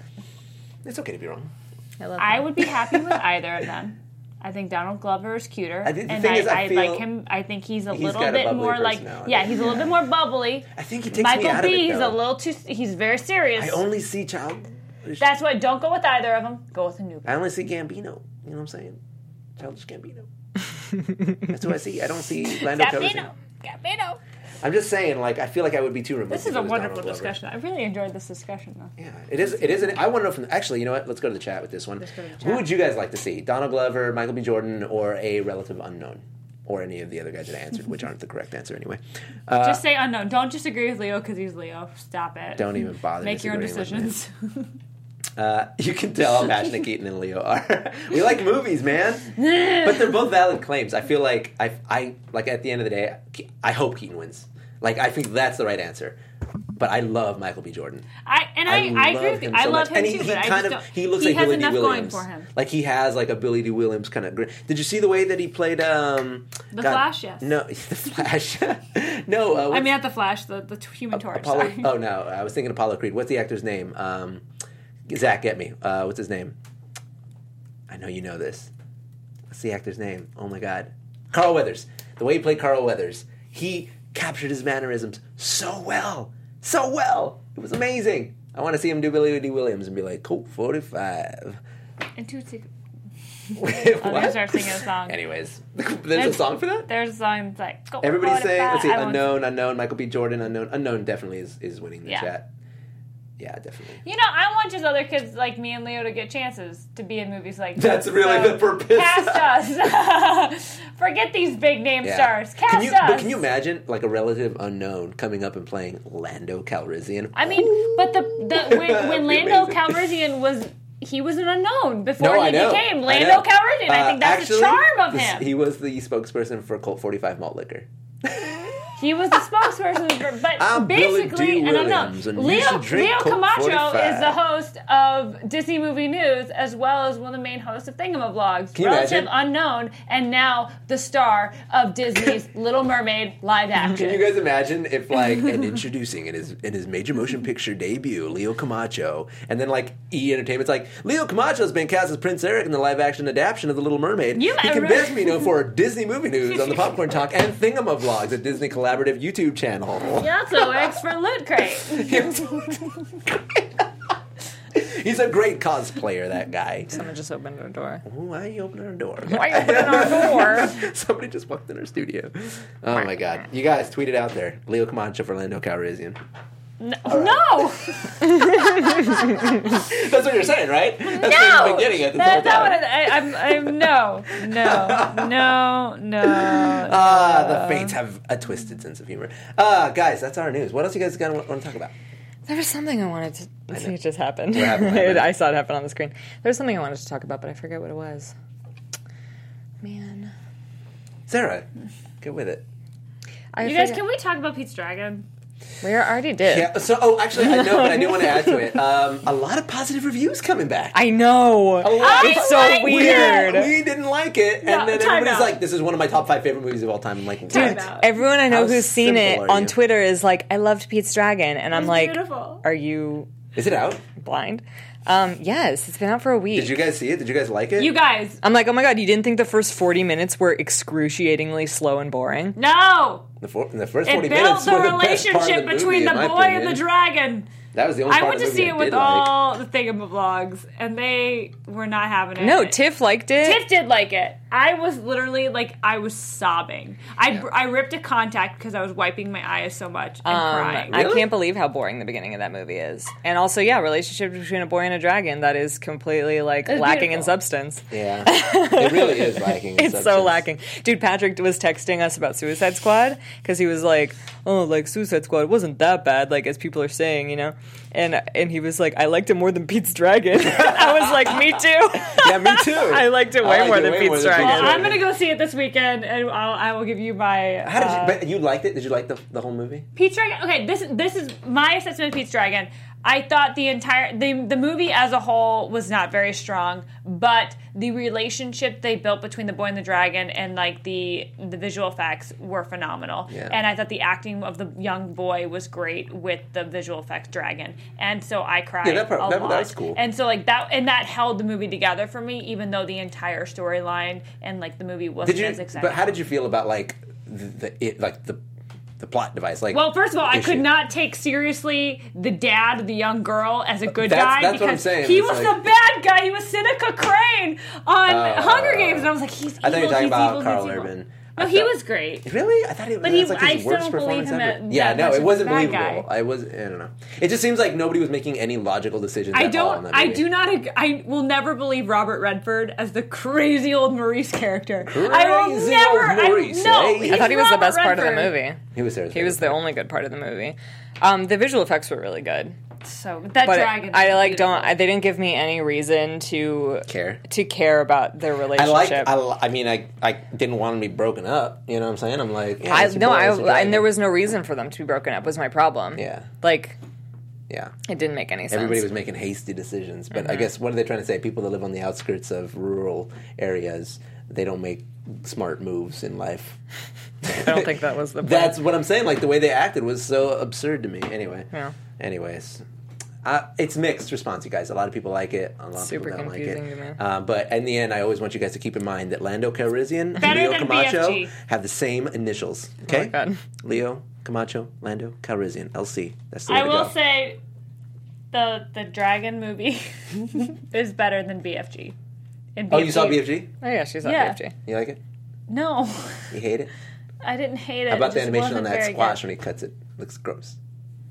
[SPEAKER 1] It's okay to be wrong.
[SPEAKER 4] <laughs> I love
[SPEAKER 3] I
[SPEAKER 4] that.
[SPEAKER 3] would be happy with either of them. I think Donald Glover is cuter,
[SPEAKER 1] think- the
[SPEAKER 3] and
[SPEAKER 1] thing
[SPEAKER 3] I,
[SPEAKER 1] is, I feel
[SPEAKER 3] like him. I think he's a
[SPEAKER 1] he's
[SPEAKER 3] little
[SPEAKER 1] got a
[SPEAKER 3] bit
[SPEAKER 1] bubbly
[SPEAKER 3] more like
[SPEAKER 1] personality.
[SPEAKER 3] yeah, he's a little bit more bubbly.
[SPEAKER 1] I think he takes me
[SPEAKER 3] Michael
[SPEAKER 1] out of it,
[SPEAKER 3] B. He's a
[SPEAKER 1] though.
[SPEAKER 3] little too. He's very serious.
[SPEAKER 1] I only see child.
[SPEAKER 3] That's why don't go with either of them. Go with a new.
[SPEAKER 1] I only see Gambino. You know what I'm saying? Childish Gambino. That's who I see. I don't see
[SPEAKER 3] <laughs>
[SPEAKER 1] Lando Calrissian.
[SPEAKER 3] Gambino. Gambino.
[SPEAKER 1] I'm just saying, like, I feel like I would be too removed.
[SPEAKER 3] This
[SPEAKER 1] if
[SPEAKER 3] is
[SPEAKER 1] it
[SPEAKER 3] a
[SPEAKER 1] was
[SPEAKER 3] wonderful
[SPEAKER 1] Donald Glover.
[SPEAKER 3] discussion. I really enjoyed this discussion, though.
[SPEAKER 1] Yeah, it is. It is. An, I want to know from. Actually, you know what? Let's go to the chat with this one.
[SPEAKER 3] go to the
[SPEAKER 1] Who
[SPEAKER 3] chat.
[SPEAKER 1] would you guys like to see? Donald Glover, Michael B. Jordan, or a relative unknown, or any of the other guys that I answered, which aren't the correct answer anyway. Uh,
[SPEAKER 3] Just say unknown. Don't disagree with Leo because he's Leo. Stop it.
[SPEAKER 1] don't even bother.
[SPEAKER 3] make your own
[SPEAKER 1] disagreeing with me.
[SPEAKER 3] decisions.
[SPEAKER 1] <laughs> Uh, <laughs> you can tell how passionate Keaton and Leo are. <laughs> we like movies, man. but they're both valid claims. I feel like I, I like at the end of the day, Ke- I hope Keaton wins. Like I think that's the right answer. But I love Michael B. Jordan.
[SPEAKER 3] I and I, I,
[SPEAKER 1] love
[SPEAKER 3] agree with you.
[SPEAKER 1] him
[SPEAKER 3] I
[SPEAKER 1] so
[SPEAKER 3] love
[SPEAKER 1] much.
[SPEAKER 3] him
[SPEAKER 1] and
[SPEAKER 3] too,
[SPEAKER 1] he,
[SPEAKER 3] but
[SPEAKER 1] he
[SPEAKER 3] I
[SPEAKER 1] kind
[SPEAKER 3] just
[SPEAKER 1] of
[SPEAKER 3] don't.
[SPEAKER 1] he looks like
[SPEAKER 3] has
[SPEAKER 1] Billy D.
[SPEAKER 3] enough
[SPEAKER 1] Williams.
[SPEAKER 3] going for him.
[SPEAKER 1] Like he has like a Billy D. Williams kind of. Grin. Did you see the way that he played? um
[SPEAKER 3] The Flash, yes.
[SPEAKER 1] No, <laughs> the Flash. no, uh,
[SPEAKER 3] I
[SPEAKER 1] what's-
[SPEAKER 3] mean, at the Flash, the the t- Human Torch. <laughs>
[SPEAKER 1] Apollo.
[SPEAKER 3] sorry.
[SPEAKER 1] Oh no, I was thinking Apollo Creed. What's the actor's name? Um, Zach, get me. Uh, what's his name? I know you know this. What's the actor's name? Oh my God, Carl Weathers. The way he played Carl Weathers, he captured his mannerisms so well, so well. It was amazing. I want to see him do Billy D. Williams and be like, "Cool, forty-five. <laughs>
[SPEAKER 3] And two seconds.
[SPEAKER 1] I'm
[SPEAKER 3] gonna start singing a song.
[SPEAKER 1] Anyways, <laughs> there's a song for that.
[SPEAKER 3] There's a song that's like. Go
[SPEAKER 1] Everybody's saying, let's see,
[SPEAKER 3] I won't-
[SPEAKER 1] unknown, unknown, Michael B. Jordan, unknown. Unknown definitely is, is winning the
[SPEAKER 3] Yeah.
[SPEAKER 1] chat. Yeah, definitely.
[SPEAKER 3] You know, I want just other kids like me and Leo to get chances to be in movies like
[SPEAKER 1] That's
[SPEAKER 3] this.
[SPEAKER 1] really
[SPEAKER 3] So
[SPEAKER 1] the purpose.
[SPEAKER 3] Cast us. <laughs> Forget these big name
[SPEAKER 1] Yeah.
[SPEAKER 3] stars. Cast
[SPEAKER 1] Can you,
[SPEAKER 3] us.
[SPEAKER 1] But can you imagine like a relative unknown coming up and playing Lando Calrissian?
[SPEAKER 3] I mean, but the, the when,
[SPEAKER 1] <laughs>
[SPEAKER 3] when
[SPEAKER 1] That'd be
[SPEAKER 3] Lando
[SPEAKER 1] amazing.
[SPEAKER 3] Calrissian was he was an unknown before
[SPEAKER 1] No,
[SPEAKER 3] he
[SPEAKER 1] I know.
[SPEAKER 3] became
[SPEAKER 1] I
[SPEAKER 3] Lando
[SPEAKER 1] know.
[SPEAKER 3] Calrissian. I
[SPEAKER 1] Uh,
[SPEAKER 3] think that's
[SPEAKER 1] actually,
[SPEAKER 3] the charm of
[SPEAKER 1] this-
[SPEAKER 3] him.
[SPEAKER 1] He was the spokesperson for Colt 45 malt liquor. <laughs>
[SPEAKER 3] He was the spokesperson for, but
[SPEAKER 1] I'm Billy D.
[SPEAKER 3] basically, and I
[SPEAKER 1] Williams,
[SPEAKER 3] know
[SPEAKER 1] and you
[SPEAKER 3] Leo,
[SPEAKER 1] should drink
[SPEAKER 3] Leo
[SPEAKER 1] Coke
[SPEAKER 3] Camacho
[SPEAKER 1] 45.
[SPEAKER 3] is the host of Disney Movie News, as well as one of the main hosts of Thingamavlogs,
[SPEAKER 1] Can you
[SPEAKER 3] relative
[SPEAKER 1] imagine?
[SPEAKER 3] unknown, and now the star
[SPEAKER 1] <laughs>
[SPEAKER 3] of Disney's Little Mermaid live action.
[SPEAKER 1] Can you guys imagine if like
[SPEAKER 3] <laughs>
[SPEAKER 1] and introducing in his in his major motion picture debut, Leo Camacho, and then like E Entertainment's like Leo Camacho has been cast as Prince Eric in the live action adaptation of The Little Mermaid.
[SPEAKER 3] You
[SPEAKER 1] he
[SPEAKER 3] might-
[SPEAKER 1] can best be known for Disney movie news on the Popcorn Talk
[SPEAKER 3] <laughs>
[SPEAKER 1] and Thingamavlogs at Disney Collaborative YouTube channel.
[SPEAKER 3] he also <laughs> works for Loot Crate.
[SPEAKER 1] He's a great cosplayer, that guy.
[SPEAKER 4] Someone just opened our door.
[SPEAKER 1] Why are you opening our door?
[SPEAKER 4] Why open our door?
[SPEAKER 1] <laughs> Somebody just walked in our studio. Oh my god. You guys tweet it out there. Leo Camacho for Lando Calrissian.
[SPEAKER 3] No,
[SPEAKER 1] That's what you're saying, right? That's what
[SPEAKER 3] no,
[SPEAKER 1] you've been getting at this whole
[SPEAKER 3] that's not what
[SPEAKER 1] time.
[SPEAKER 3] I, I, am I'm. No,
[SPEAKER 1] <laughs>
[SPEAKER 3] no, no, no.
[SPEAKER 1] Ah,
[SPEAKER 4] Uh,
[SPEAKER 1] the fates have a twisted sense of humor. Ah, guys, that's our news. What else you guys gonna want to talk about?
[SPEAKER 4] <laughs> There was something I wanted to. I think it just happened.
[SPEAKER 1] happened, happened?
[SPEAKER 4] <laughs> I saw it happen on the screen. There was something I wanted to talk about, but I forget what it was. Man,
[SPEAKER 1] Sarah, get with it.
[SPEAKER 4] I
[SPEAKER 3] You guys,
[SPEAKER 4] forget-
[SPEAKER 3] can we talk about Pete's Dragon?
[SPEAKER 4] We already did.
[SPEAKER 1] Yeah. So, oh, actually, I know, but I do want to add to it. Um, a lot of positive reviews coming back.
[SPEAKER 4] I know.
[SPEAKER 1] A
[SPEAKER 3] Oh
[SPEAKER 1] lot.
[SPEAKER 4] It's so
[SPEAKER 3] like
[SPEAKER 1] We
[SPEAKER 4] weird.
[SPEAKER 1] didn't- We didn't like it, and
[SPEAKER 3] No,
[SPEAKER 1] then
[SPEAKER 3] time
[SPEAKER 1] everybody's
[SPEAKER 3] out.
[SPEAKER 1] like, "This is one of my top five favorite movies of all time." I'm like,
[SPEAKER 3] Time
[SPEAKER 1] what?
[SPEAKER 3] out.
[SPEAKER 4] Everyone I know
[SPEAKER 1] How
[SPEAKER 4] who's seen
[SPEAKER 1] simple
[SPEAKER 4] it
[SPEAKER 1] are
[SPEAKER 4] on
[SPEAKER 1] you?
[SPEAKER 4] Twitter is like, I loved Pete's Dragon. And I'm
[SPEAKER 3] It's
[SPEAKER 4] like,
[SPEAKER 3] beautiful.
[SPEAKER 4] are you
[SPEAKER 1] Is it out?
[SPEAKER 4] blind? Um, yes, it's been out for a week.
[SPEAKER 1] Did you guys see it? Did you guys like it?
[SPEAKER 3] You guys,
[SPEAKER 4] I'm like, oh my god, you didn't think the first 40 minutes were excruciatingly slow and boring?
[SPEAKER 3] no.
[SPEAKER 1] the, for, the first
[SPEAKER 3] It
[SPEAKER 1] forty
[SPEAKER 3] built
[SPEAKER 1] minutes
[SPEAKER 3] the
[SPEAKER 1] were the best part
[SPEAKER 3] relationship
[SPEAKER 1] of the movie,
[SPEAKER 3] between the
[SPEAKER 1] in my
[SPEAKER 3] boy and the
[SPEAKER 1] opinion.
[SPEAKER 3] dragon.
[SPEAKER 1] That was the only
[SPEAKER 3] I
[SPEAKER 1] part
[SPEAKER 3] went
[SPEAKER 1] of
[SPEAKER 3] to
[SPEAKER 1] the movie
[SPEAKER 3] see it
[SPEAKER 1] I
[SPEAKER 3] with
[SPEAKER 1] did like.
[SPEAKER 3] all the thingamablogs, and they were not having it.
[SPEAKER 4] No, Tiff liked it.
[SPEAKER 3] Tiff did like it. I was literally like I was sobbing. I, I ripped a contact because I was wiping my eyes so much and crying.
[SPEAKER 4] Um, I
[SPEAKER 1] Really?
[SPEAKER 4] can't believe how boring the beginning of that movie is. And also, yeah, relationship between a boy and a dragon that is completely like
[SPEAKER 3] It's
[SPEAKER 4] lacking in
[SPEAKER 3] beautiful.
[SPEAKER 4] substance.
[SPEAKER 1] Yeah, it really is
[SPEAKER 3] <laughs>
[SPEAKER 1] lacking. in
[SPEAKER 4] It's so
[SPEAKER 1] substance.
[SPEAKER 4] lacking. Dude, Patrick was texting us about Suicide Squad because he was like, oh, like Suicide Squad wasn't that bad, like as people are saying, you know? And and he was like, I liked it more than Pete's Dragon. <laughs> I was like, me
[SPEAKER 3] <laughs>
[SPEAKER 4] too.
[SPEAKER 1] Yeah, me too.
[SPEAKER 4] I liked it way more than Pete's Dragon.
[SPEAKER 3] well, I'm
[SPEAKER 1] Dragon.
[SPEAKER 3] gonna go see it this weekend, and I'll, I will give you my.
[SPEAKER 1] How did
[SPEAKER 3] uh,
[SPEAKER 1] you, but you liked it? Did you like the, the whole movie?
[SPEAKER 3] Pete's Dragon. Okay, this this is my assessment of Pete's Dragon. I thought the entire the the movie as a whole was not very strong, but the relationship they built between the boy and the dragon and like the the visual effects were phenomenal.
[SPEAKER 1] Yeah.
[SPEAKER 3] And I thought the acting of the young boy was great with the visual effects dragon. And so I cried
[SPEAKER 1] Yeah, that part-
[SPEAKER 3] a
[SPEAKER 1] that- that
[SPEAKER 3] lot.
[SPEAKER 1] was cool.
[SPEAKER 3] And so like that and that held the movie together for me, even though the entire storyline and like the movie wasn't
[SPEAKER 1] Did you?
[SPEAKER 3] as exciting.
[SPEAKER 1] But how did you feel about like the, the it, like the the plot device? Like,
[SPEAKER 3] Well, first of all, I could
[SPEAKER 1] issue?
[SPEAKER 3] not take seriously the dad of the young girl as a good
[SPEAKER 1] That's-
[SPEAKER 3] guy
[SPEAKER 1] that's
[SPEAKER 3] because
[SPEAKER 1] what I'm saying.
[SPEAKER 3] he
[SPEAKER 1] It's
[SPEAKER 3] was
[SPEAKER 1] like- Oh.
[SPEAKER 3] the bad guy. He was Seneca Crane on Hunger Games, and I was like, he's evil.
[SPEAKER 1] I thought you were talking
[SPEAKER 3] he's
[SPEAKER 1] about
[SPEAKER 3] evil,
[SPEAKER 1] Carl
[SPEAKER 3] he's evil.
[SPEAKER 1] Urban.
[SPEAKER 3] No,
[SPEAKER 1] I
[SPEAKER 3] he
[SPEAKER 1] thought-
[SPEAKER 3] was great.
[SPEAKER 1] Really? I thought it
[SPEAKER 3] But
[SPEAKER 1] was
[SPEAKER 3] he-
[SPEAKER 1] like his
[SPEAKER 3] I still
[SPEAKER 1] worst
[SPEAKER 3] don't believe
[SPEAKER 1] performance
[SPEAKER 3] him
[SPEAKER 1] ever.
[SPEAKER 3] at-
[SPEAKER 1] yeah,
[SPEAKER 3] that
[SPEAKER 1] no,
[SPEAKER 3] much
[SPEAKER 1] it
[SPEAKER 3] as
[SPEAKER 1] wasn't
[SPEAKER 3] a bad
[SPEAKER 1] believable.
[SPEAKER 3] guy.
[SPEAKER 1] I was. I don't know. It just seems like nobody was making any logical decisions.
[SPEAKER 3] I
[SPEAKER 1] at all in
[SPEAKER 3] don't.
[SPEAKER 1] that
[SPEAKER 3] I
[SPEAKER 1] movie.
[SPEAKER 3] do not. ag- I will never believe Robert Redford as the crazy old Maurice character. I will
[SPEAKER 1] Crazy
[SPEAKER 3] never.
[SPEAKER 1] old Maurice,
[SPEAKER 3] I, no,
[SPEAKER 1] eh? I
[SPEAKER 4] I
[SPEAKER 3] he's
[SPEAKER 4] thought he was the
[SPEAKER 3] Robert
[SPEAKER 4] best part of the
[SPEAKER 3] Redford.
[SPEAKER 4] movie.
[SPEAKER 1] He was there.
[SPEAKER 4] He was the only good part of the movie. Um, the visual effects were really good,
[SPEAKER 3] So that
[SPEAKER 4] but
[SPEAKER 3] dragon.
[SPEAKER 4] I
[SPEAKER 3] is
[SPEAKER 4] like don't.
[SPEAKER 3] beautiful.
[SPEAKER 4] I, they didn't give me any reason to
[SPEAKER 1] Care.
[SPEAKER 4] to care about their
[SPEAKER 1] I like.
[SPEAKER 4] relationship.
[SPEAKER 1] I, li- I mean, I I didn't want him to be broken up. You know what I'm saying? I'm like, yeah,
[SPEAKER 4] I-
[SPEAKER 1] it's a
[SPEAKER 4] no,
[SPEAKER 1] boy,
[SPEAKER 4] I
[SPEAKER 1] it's a dragon.
[SPEAKER 4] and there was no reason for them to be broken up was my problem.
[SPEAKER 1] Yeah.
[SPEAKER 4] like
[SPEAKER 1] yeah.
[SPEAKER 4] it didn't make any sense.
[SPEAKER 1] Everybody was making hasty decisions, but
[SPEAKER 4] Mm-hmm.
[SPEAKER 1] I guess what are they trying to say? People that live on the outskirts of rural areas, they don't make smart moves in life.
[SPEAKER 4] <laughs> I don't think that was the. Point.
[SPEAKER 1] That's what I'm saying. Like the way they acted was so absurd to me. Anyway.
[SPEAKER 4] Yeah.
[SPEAKER 1] Anyways. Uh, it's mixed response, you guys. A lot of people like it. A lot of
[SPEAKER 4] Super
[SPEAKER 1] people don't
[SPEAKER 4] confusing
[SPEAKER 1] like
[SPEAKER 4] to me.
[SPEAKER 1] it. Uh, but in the end, I always want you guys to keep in mind that Lando Calrissian and
[SPEAKER 3] Better
[SPEAKER 1] Leo
[SPEAKER 3] than
[SPEAKER 1] Camacho
[SPEAKER 3] BFG.
[SPEAKER 1] have the same initials. Okay,
[SPEAKER 4] Oh God.
[SPEAKER 1] Leo Camacho, Lando Calrissian, LC. That's the way
[SPEAKER 3] I
[SPEAKER 1] to
[SPEAKER 3] will
[SPEAKER 1] go.
[SPEAKER 3] say the the dragon movie
[SPEAKER 1] <laughs>
[SPEAKER 3] is better than BFG. And
[SPEAKER 1] oh, you saw BFG?
[SPEAKER 4] oh yeah, she's on
[SPEAKER 3] Yeah.
[SPEAKER 4] BFG.
[SPEAKER 1] You like it?
[SPEAKER 3] No, <laughs>
[SPEAKER 1] You hate it?
[SPEAKER 3] I didn't hate it.
[SPEAKER 1] How
[SPEAKER 3] It
[SPEAKER 1] about the
[SPEAKER 3] just
[SPEAKER 1] animation on
[SPEAKER 3] wasn't
[SPEAKER 1] that
[SPEAKER 3] very
[SPEAKER 1] squash
[SPEAKER 3] good.
[SPEAKER 1] when he cuts it? Looks gross.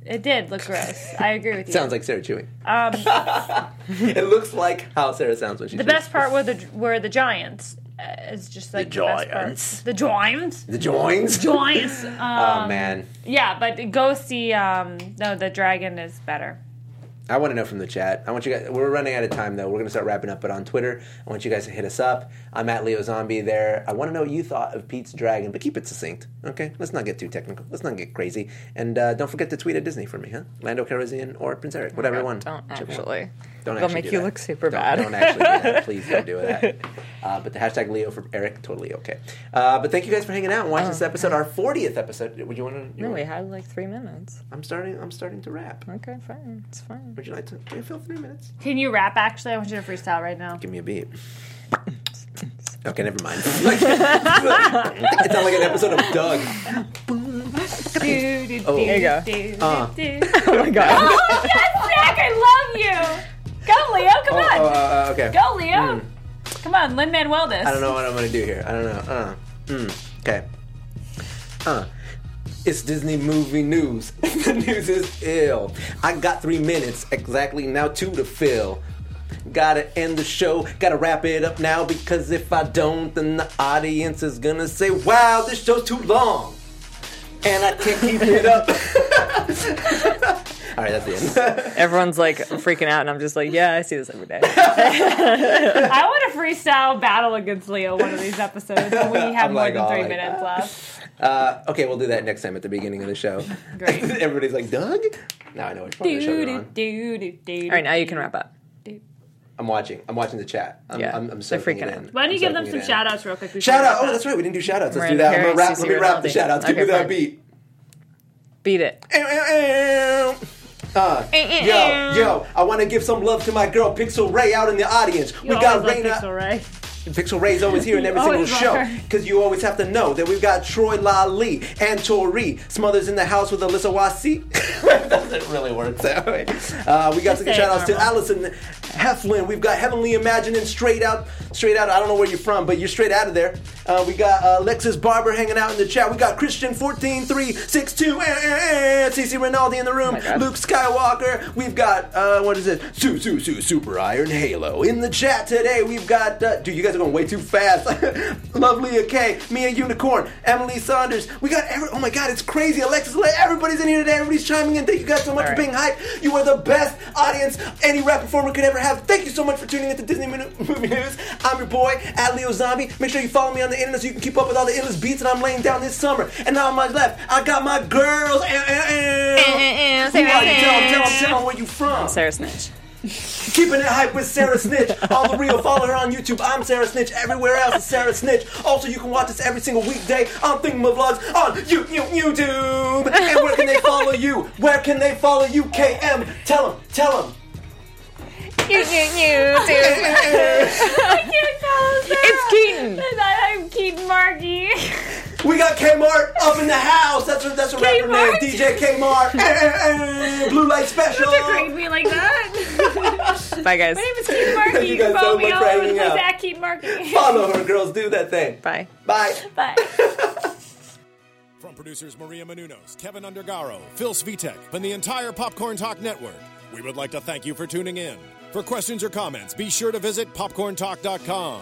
[SPEAKER 3] It did look gross. I agree
[SPEAKER 1] <laughs>
[SPEAKER 3] with you.
[SPEAKER 1] Sounds like Sarah chewing.
[SPEAKER 3] um,
[SPEAKER 1] <laughs> it looks like how Sarah sounds when she
[SPEAKER 3] the
[SPEAKER 1] chews.
[SPEAKER 3] best part were the were the giants. Uh, it's just like
[SPEAKER 1] The
[SPEAKER 3] the, best part.
[SPEAKER 1] giants.
[SPEAKER 3] The giants.
[SPEAKER 1] The joins.
[SPEAKER 3] Giants. Um,
[SPEAKER 1] <laughs> oh man,
[SPEAKER 3] Yeah, but go see. Um, no, the dragon is better.
[SPEAKER 1] I want to know from the chat. I want you guys. We're running out of time though. We're gonna start wrapping up. But on Twitter, I want you guys to hit us up. I'm at Leo Zombie there. I want to know what you thought of Pete's Dragon, but keep it succinct. Okay, let's not get too technical. Let's not get crazy. And uh, don't forget to tweet at Disney for me, huh? Lando Calrissian or Prince Eric, whatever one.
[SPEAKER 4] Don't
[SPEAKER 1] Whichever one.
[SPEAKER 4] actually.
[SPEAKER 1] Don't
[SPEAKER 4] They'll
[SPEAKER 1] actually
[SPEAKER 4] make
[SPEAKER 1] do
[SPEAKER 4] you
[SPEAKER 1] that.
[SPEAKER 4] look super
[SPEAKER 1] Don't-
[SPEAKER 4] bad.
[SPEAKER 1] Don't actually
[SPEAKER 4] <laughs>
[SPEAKER 1] do that. Please don't do that. Uh, but the hashtag Leo for Eric, totally okay. Uh, but thank you guys for hanging out and watching this episode, our 40th episode. Would you want to?
[SPEAKER 4] Oh, No, we had like three minutes.
[SPEAKER 1] I'm starting. I'm starting to wrap.
[SPEAKER 4] Okay, fine,
[SPEAKER 1] <laughs>
[SPEAKER 4] it's fine.
[SPEAKER 1] Would you like to? Can you fill three minutes?
[SPEAKER 3] Can you rap? Actually, I want you to freestyle right now.
[SPEAKER 1] Give me a
[SPEAKER 4] <laughs>
[SPEAKER 1] beat. Okay, never mind. <laughs> it sounds like an episode of
[SPEAKER 4] <laughs>
[SPEAKER 1] Doug.
[SPEAKER 3] Oh,
[SPEAKER 1] There
[SPEAKER 4] you go.
[SPEAKER 1] Uh.
[SPEAKER 3] go.
[SPEAKER 4] Oh my god.
[SPEAKER 3] Oh, yes, Zach, I love you. Go, Leo. Come
[SPEAKER 1] Oh,
[SPEAKER 3] on.
[SPEAKER 1] oh, uh, okay.
[SPEAKER 3] Go, Leo. Come on, Lin Manuel this.
[SPEAKER 1] I don't know what I'm gonna do here. I don't know. Uh, mm, okay. Uh, it's Disney movie news. <laughs> the news is ill. I got three minutes exactly now two to fill. Gotta end the show. Gotta wrap it up now because if I don't, then the audience is gonna say, "Wow, this show's too long," and I can't keep it up. <laughs> All right, that's the end.
[SPEAKER 4] <laughs>
[SPEAKER 1] <laughs>
[SPEAKER 4] Everyone's like freaking out, and I'm just like, yeah, I see this every day.
[SPEAKER 3] I want a freestyle battle against Leo one of these episodes when we have
[SPEAKER 1] I'm
[SPEAKER 3] more
[SPEAKER 1] like,
[SPEAKER 3] than
[SPEAKER 1] all
[SPEAKER 3] three
[SPEAKER 1] like,
[SPEAKER 3] minutes left.
[SPEAKER 1] Uh, okay, we'll do that next time at the beginning of the show. <laughs>
[SPEAKER 3] Great.
[SPEAKER 1] Everybody's like, Doug? Now I know which part of the show we're
[SPEAKER 3] Do,
[SPEAKER 1] on.
[SPEAKER 3] do, do, do,
[SPEAKER 4] All right, now you can wrap up.
[SPEAKER 1] I'm watching. I'm watching the chat. I'm,
[SPEAKER 4] Yeah,
[SPEAKER 1] I'm, I'm
[SPEAKER 4] they're
[SPEAKER 1] soaking it
[SPEAKER 4] freaking
[SPEAKER 1] in.
[SPEAKER 4] out.
[SPEAKER 3] Why don't
[SPEAKER 1] I'm
[SPEAKER 3] you give them
[SPEAKER 1] soaking
[SPEAKER 3] some
[SPEAKER 1] it in.
[SPEAKER 3] shout outs real quick? before
[SPEAKER 1] Shout
[SPEAKER 3] we
[SPEAKER 1] out!
[SPEAKER 3] wrap
[SPEAKER 1] Oh,
[SPEAKER 3] up?
[SPEAKER 1] that's right. We didn't do shout outs. Let's
[SPEAKER 4] Mariah
[SPEAKER 1] do that. I'm gonna
[SPEAKER 4] Carey,
[SPEAKER 1] wrap,
[SPEAKER 4] CC
[SPEAKER 1] let me wrap the
[SPEAKER 4] Rinaldi.
[SPEAKER 1] shout outs. Give me
[SPEAKER 4] Okay,
[SPEAKER 1] that
[SPEAKER 4] fine.
[SPEAKER 1] beat.
[SPEAKER 4] Beat it.
[SPEAKER 1] Uh, yo, yo, I want to give some love to my girl Pixel Ray out in the audience. we
[SPEAKER 3] You
[SPEAKER 1] got
[SPEAKER 3] always love
[SPEAKER 1] Raina.
[SPEAKER 3] Pixel Ray.
[SPEAKER 1] Pixel Ray's always here in
[SPEAKER 3] You
[SPEAKER 1] every single
[SPEAKER 3] always love
[SPEAKER 1] show.
[SPEAKER 3] her.
[SPEAKER 1] Because you always have to know that we've got Troy Lali and Tori. Smothers in the house with Alyssa Wasi. <laughs> doesn't really work that way. Uh, we got
[SPEAKER 3] Just
[SPEAKER 1] some
[SPEAKER 3] say it
[SPEAKER 1] shout outs to
[SPEAKER 3] normal.
[SPEAKER 1] Allison Heflin. We've got Heavenly Imagining straight out. Straight out. I don't know where you're from, but you're straight out of there. Uh, we got uh, Lexus Barber hanging out in the chat. We got Christian 14362. Eh, eh, eh, CC Rinaldi in the room.
[SPEAKER 4] Oh God.
[SPEAKER 1] Luke Skywalker. We've got uh, what is it? Su Su Su Super Iron Halo in the chat today. We've got uh, dude, you guys are going way too fast. <laughs> Lovely K, Mia Unicorn, Emily Saunders. We got every, oh my god, it's crazy. Alexis, Lay- everybody's in here today. Everybody's chiming in. Thank you guys so much
[SPEAKER 4] All
[SPEAKER 1] for
[SPEAKER 4] right.
[SPEAKER 1] being hype. You are the best audience any rap performer could ever have. Thank you so much for tuning in to Disney Minu- <laughs> Movie News. I'm your boy at Leo Zombie. Make sure you follow me on the internet so you can keep up with all the endless beats that I'm laying down this summer. And now on my left, I got my girls. Eh, eh, eh. Who are you? Tell 'em, tell 'em, tell 'em where you from.
[SPEAKER 4] Sarah Snitch.
[SPEAKER 1] Keeping it hype with Sarah Snitch. All the real. Follow her on YouTube. I'm Sarah Snitch. Everywhere else is Sarah Snitch. Also, you can watch us every single weekday on Thingamavlogs Vlogs on you, you, YouTube. And where can they follow you? Where can they follow you, KM? Tell them, tell them. <laughs>
[SPEAKER 4] You, you, you, dude.
[SPEAKER 3] I can't follow Sarah.
[SPEAKER 4] It's Keaton.
[SPEAKER 3] And I- I'm Keaton Markey. <laughs>
[SPEAKER 1] We got Kmart up in the house. That's a, that's a rapper name.
[SPEAKER 3] Kmart?
[SPEAKER 1] DJ Kmart. Eh, eh, eh. Blue Light Special.
[SPEAKER 3] Don't grade me like that.
[SPEAKER 4] Bye, guys.
[SPEAKER 3] My name is Keaton Markey.
[SPEAKER 1] Thank
[SPEAKER 3] You
[SPEAKER 1] <laughs> you
[SPEAKER 3] can
[SPEAKER 1] guys
[SPEAKER 3] follow
[SPEAKER 1] so
[SPEAKER 3] me
[SPEAKER 1] much
[SPEAKER 3] all
[SPEAKER 1] for
[SPEAKER 3] over the
[SPEAKER 1] hanging
[SPEAKER 3] place
[SPEAKER 1] out.
[SPEAKER 3] at Keaton Markey.
[SPEAKER 1] Follow her, girls. Do that thing.
[SPEAKER 4] Bye.
[SPEAKER 1] Bye.
[SPEAKER 3] <laughs> Bye.
[SPEAKER 2] From producers Maria Menunos, Kevin Undergaro, Phil Svitek, and the entire Popcorn Talk Network, we would like to thank you for tuning in. For questions or comments, be sure to visit popcorntalk.com.